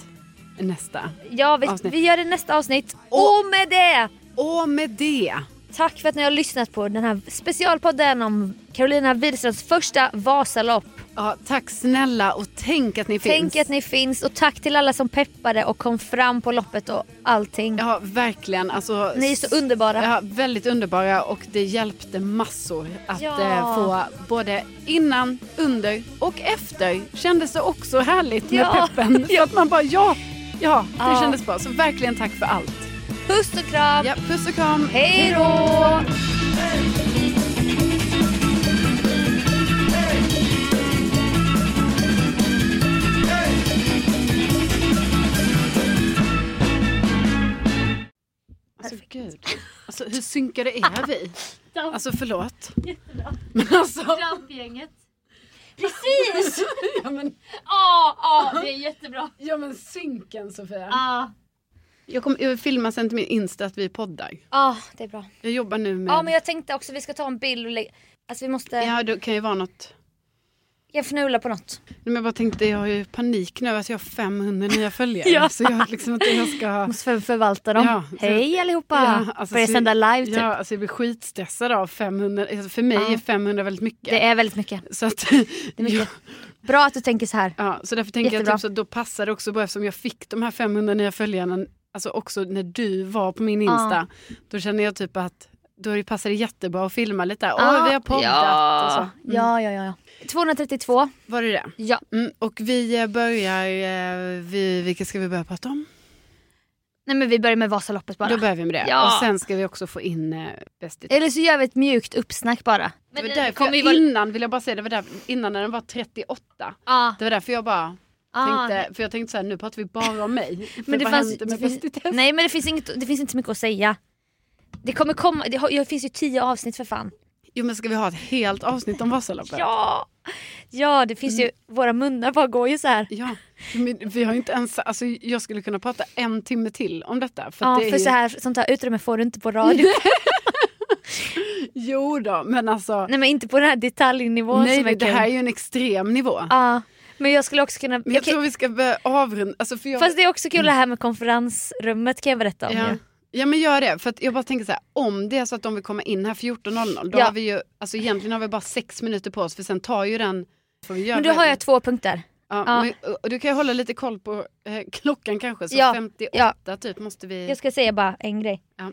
S2: nästa.
S1: Ja, vi,
S2: Avsnitt.
S1: vi gör det nästa avsnitt.
S2: Och-
S1: Och med det!
S2: Och med det.
S1: Tack för att ni har lyssnat på den här specialpodden om Carolina Widerströms första Vasalopp.
S2: Ja, tack snälla och tänk att ni finns.
S1: Tänk att ni finns och tack till alla som peppade och kom fram på loppet och allting.
S2: Ja, verkligen. Alltså,
S1: Ni är så underbara.
S2: Ja, väldigt underbara och det hjälpte massor att
S1: Ja.
S2: eh, få både innan, under och efter kändes det också härligt med
S1: Ja.
S2: peppen. För att man bara ja, ja, det
S1: Ja.
S2: kändes bra. Så verkligen tack för allt.
S1: Puss och kram!
S2: Ja, puss och kram.
S1: Hej då!
S2: Alltså gud, alltså, hur synkade är vi? Alltså förlåt. Men alltså,
S1: Trampgänget. Precis!
S2: ja men,
S1: Ja, ja, det är jättebra.
S2: ja, men synken Sofia.
S1: Ja,
S2: Jag, kommer, jag filmar sen till min Insta att vi poddar.
S1: ja, det är bra.
S2: Jag jobbar nu med...
S1: Ja, men jag tänkte också vi ska ta en bild och lägga... Alltså vi måste...
S2: Ja, det kan ju vara något.
S1: Jag fnula på något.
S2: Nej, Men jag bara tänkte, jag har ju panik nu. Alltså jag har 500 nya följare.
S1: Ja.
S2: Så jag liksom inte jag ska...
S1: Måste för- förvalta dem.
S2: Ja, så-
S1: Hej allihopa!
S2: Ja, alltså,
S1: Börja
S2: så-
S1: sända live typ.
S2: Ja, alltså jag blir skitstressad av 500. Alltså för mig
S1: Ja.
S2: är 500 väldigt mycket.
S1: Det är väldigt mycket.
S2: Så, att,
S1: Det är mycket. Bra att du tänker så här.
S2: Ja, så därför tänker
S1: Jättebra.
S2: jag typ så att då passar det också bra eftersom jag fick de här 500 nya följarna alltså också när du var på min Insta. Då känner jag typ att då passar det jättebra att filma lite. Åh,
S1: Ja.
S2: vi har poddat
S1: ja.
S2: och så. Mm.
S1: Ja, ja, ja, ja. 232.
S2: Var det det?
S1: Ja.
S2: Mm, och vi eh, börjar, eh, vi, vilka ska vi börja prata om?
S1: Nej men vi börjar med Vasaloppet bara.
S2: Då börjar vi med det.
S1: Ja.
S2: Och sen ska vi också få in eh, Bäst i test.
S1: Eller så gör vi ett mjukt uppsnack bara.
S2: Det
S1: Men
S2: var därför jag, innan, vill jag bara säga, det var där, innan när den var 38.
S1: Ja.
S2: Det var därför jag bara
S1: ja.
S2: tänkte, för jag tänkte så här, nu pratar vi bara om mig. För
S1: Ah, Men det
S2: vad
S1: fanns-
S2: hände
S1: det
S2: med
S1: finns-
S2: Bäst i test?
S1: Nej men det finns, inget, det finns inte så mycket att säga. Det kommer komma, det, har, det finns ju tio avsnitt för fan.
S2: Jo men ska vi ha ett helt avsnitt om Vasaloppet?
S1: Ja! Ja det finns ju,
S2: Mm.
S1: våra munnar bara går ju så här.
S2: Ja, men vi har ju inte ens, alltså jag skulle kunna prata en timme till om detta. För att
S1: Ja
S2: det är
S1: för
S2: ju,
S1: så här, sånt här utrymme får du inte på radio.
S2: Jo då, men alltså.
S1: Nej men inte på den här detaljnivån
S2: Nej,
S1: som
S2: det,
S1: är
S2: det
S1: kul.
S2: här är ju en extrem nivå.
S1: Ja. Men jag skulle också kunna...
S2: Men jag
S1: okej,
S2: tror vi ska börja avrunda. Alltså för jag,
S1: Fast det är också kul det här med konferensrummet kan jag berätta om
S2: ja.
S1: ju.
S2: ja men gör det, för att jag bara tänker så här, om det är så att de vill komma in här 14.00 då
S1: Ja.
S2: har vi ju, alltså egentligen har vi bara sex minuter på oss för sen tar ju den får vi göra
S1: Men då har jag två punkter.
S2: ja,
S1: ja.
S2: Men, och du kan ju hålla lite koll på eh, klockan kanske, så
S1: Ja,
S2: 58 typ måste vi...
S1: Jag ska säga bara en grej.
S2: Ja.